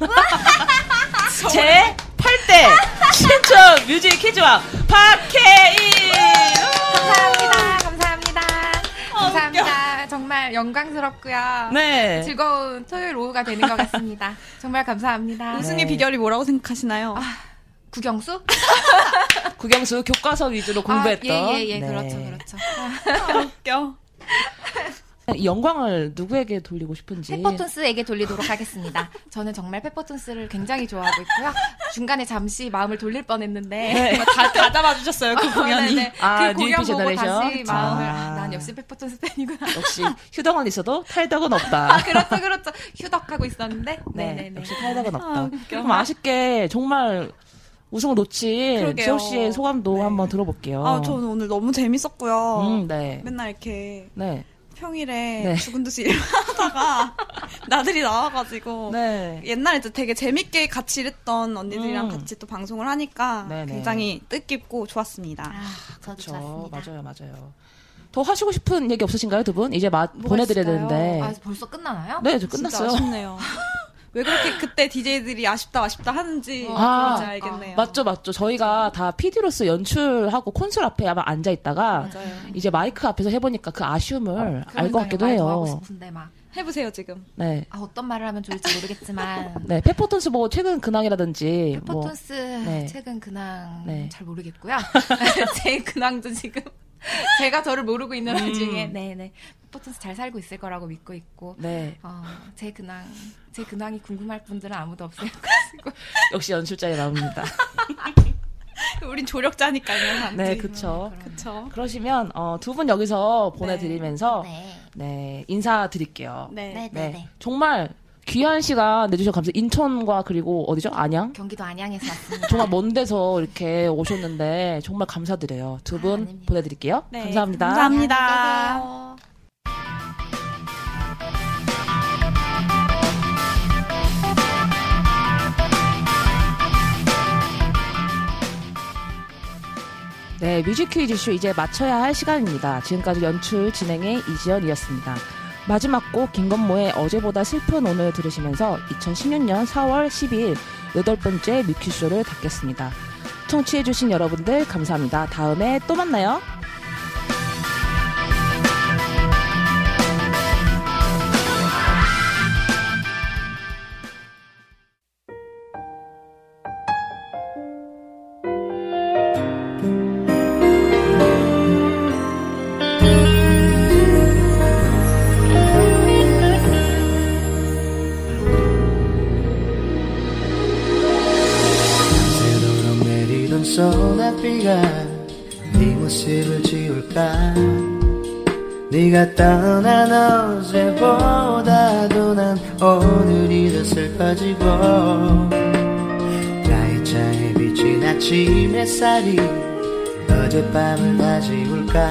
Speaker 4: 제 8대 신청 뮤직 퀴즈왕 박혜인
Speaker 5: 감사합니다. 감사합니다. 감사합니다. 정말 영광스럽고요.
Speaker 4: 아, 네
Speaker 5: 즐거운 토요일 오후가 되는 것 같습니다. 정말
Speaker 4: 네.
Speaker 5: 감사합니다.
Speaker 6: 우승의 비결이 뭐라고 생각하시나요?
Speaker 5: 구경수?
Speaker 4: 국영수 교과서 위주로 공부했던
Speaker 5: 아, 예, 예, 예.
Speaker 4: 네.
Speaker 5: 그렇죠, 그렇죠. 아,
Speaker 6: 웃겨.
Speaker 4: 이 영광을 누구에게 돌리고 싶은지
Speaker 5: 페퍼톤스에게 돌리도록 하겠습니다. 저는 정말 페퍼톤스를 굉장히 좋아하고 있고요. 중간에 잠시 마음을 돌릴 뻔했는데
Speaker 6: 아, 다, 다 잡아주셨어요, 그 공연이.
Speaker 5: 네, 네.
Speaker 4: 네. 아,
Speaker 5: 그 공연
Speaker 4: 뉴이피
Speaker 5: 보고 다시
Speaker 4: 제너레이션?
Speaker 5: 마음을
Speaker 4: 아.
Speaker 5: 아, 난 역시 페퍼톤스 팬이구나.
Speaker 4: 역시 휴덕은 있어도 탈덕은 없다.
Speaker 5: 그렇죠, 그렇죠. 휴덕하고 있었는데.
Speaker 4: 네,
Speaker 5: 네, 네, 네.
Speaker 4: 역시 탈덕은 없다. 그럼 아쉽게 정말 우승을 놓친
Speaker 6: 그러게요.
Speaker 4: 지혁 씨의 소감도
Speaker 6: 네.
Speaker 4: 한번 들어볼게요.
Speaker 6: 아, 저는 오늘 너무 재밌었고요.
Speaker 4: 음, 네.
Speaker 6: 맨날 이렇게
Speaker 4: 네.
Speaker 6: 평일에
Speaker 4: 네.
Speaker 6: 죽은 듯이 일하다가 나들이
Speaker 5: 어,
Speaker 6: 나와가지고
Speaker 4: 네.
Speaker 6: 옛날에 진짜 되게 재밌게 같이 일했던 언니들이랑
Speaker 4: 음.
Speaker 6: 같이 또 방송을 하니까
Speaker 4: 네네.
Speaker 6: 굉장히 뜻깊고 좋았습니다.
Speaker 5: 아, 저도
Speaker 4: 그렇죠. 맞아요,
Speaker 5: 좋았습니다.
Speaker 4: 맞아요. 더 하시고 싶은 얘기 없으신가요, 두 분? 이제 마,
Speaker 5: 뭐가
Speaker 4: 보내드려야
Speaker 5: 있을까요?
Speaker 4: 되는데.
Speaker 5: 아, 벌써 끝나나요?
Speaker 4: 네, 저
Speaker 6: 진짜
Speaker 4: 끝났어요.
Speaker 6: 아쉽네요. 왜 그렇게 그때 DJ들이 아쉽다 아쉽다 하는지
Speaker 4: 아,
Speaker 6: 이제 알겠네요.
Speaker 4: 맞죠, 맞죠. 저희가 다 PD로서 연출하고 콘솔 앞에 아마 앉아 있다가
Speaker 6: 맞아요.
Speaker 4: 이제 마이크 앞에서 해보니까 그 아쉬움을 알 것
Speaker 5: 그러니까요.
Speaker 4: 같기도
Speaker 5: 말도 하고
Speaker 4: 해요.
Speaker 5: 싶은데 막
Speaker 6: 해보세요 지금.
Speaker 4: 네.
Speaker 5: 아, 어떤 말을 하면 좋을지 모르겠지만
Speaker 4: 네, 페퍼톤스 뭐 최근 근황이라든지 뭐
Speaker 5: 페퍼톤스
Speaker 4: 네.
Speaker 5: 최근 근황
Speaker 4: 네.
Speaker 5: 잘 모르겠고요. 제 근황도 지금 제가 저를 모르고 있는
Speaker 4: 음.
Speaker 5: 와중에 네네 페퍼톤스 잘 살고 있을 거라고 믿고 있고
Speaker 4: 네.
Speaker 5: 어, 제 근황 제 근황이 궁금할 분들은 아무도 없을 것이고
Speaker 4: 역시 연출자에 나옵니다.
Speaker 6: 우린 조력자니까요. 안
Speaker 4: 네,
Speaker 6: 돼요.
Speaker 4: 그쵸.
Speaker 6: 그쵸.
Speaker 4: 그러시면, 어, 두 분 여기서 보내드리면서, 네,
Speaker 7: 네.
Speaker 4: 인사드릴게요.
Speaker 6: 네.
Speaker 7: 네, 네, 네.
Speaker 4: 정말 귀한 시간 내주셔서 감사. 인천과 그리고 어디죠? 안양?
Speaker 5: 경기도 안양에서 왔습니다. 네,
Speaker 4: 정말 먼 데서 이렇게 오셨는데 정말 감사드려요. 두
Speaker 5: 아,
Speaker 4: 분
Speaker 5: 아닙니다.
Speaker 4: 보내드릴게요.
Speaker 6: 네,
Speaker 4: 감사합니다.
Speaker 6: 감사합니다.
Speaker 5: 안녕히 계세요.
Speaker 4: 네, 뮤직 퀴즈쇼 이제 마쳐야 할 시간입니다. 지금까지 연출 진행의 이지연이었습니다. 마지막 곡 김건모의 어제보다 슬픈 오늘 들으시면서 2016년 4월 12일 여덟 번째 뮤큐쇼를 닫겠습니다. 청취해주신 여러분들 감사합니다. 다음에 또 만나요.
Speaker 2: 새로 내리던 소나비가 네 모습을 지울까 네가 떠난 어제보다도 난 오늘이 더 슬퍼지고 나의 차에 비친 아침 햇살이 어젯밤을 다 지울까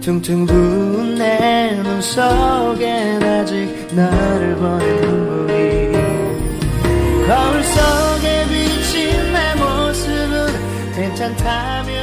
Speaker 2: 퉁퉁 부은 내 눈 속엔 아직 너를 보는 눈물이 거울 속에 비친 내 모습은 괜찮다며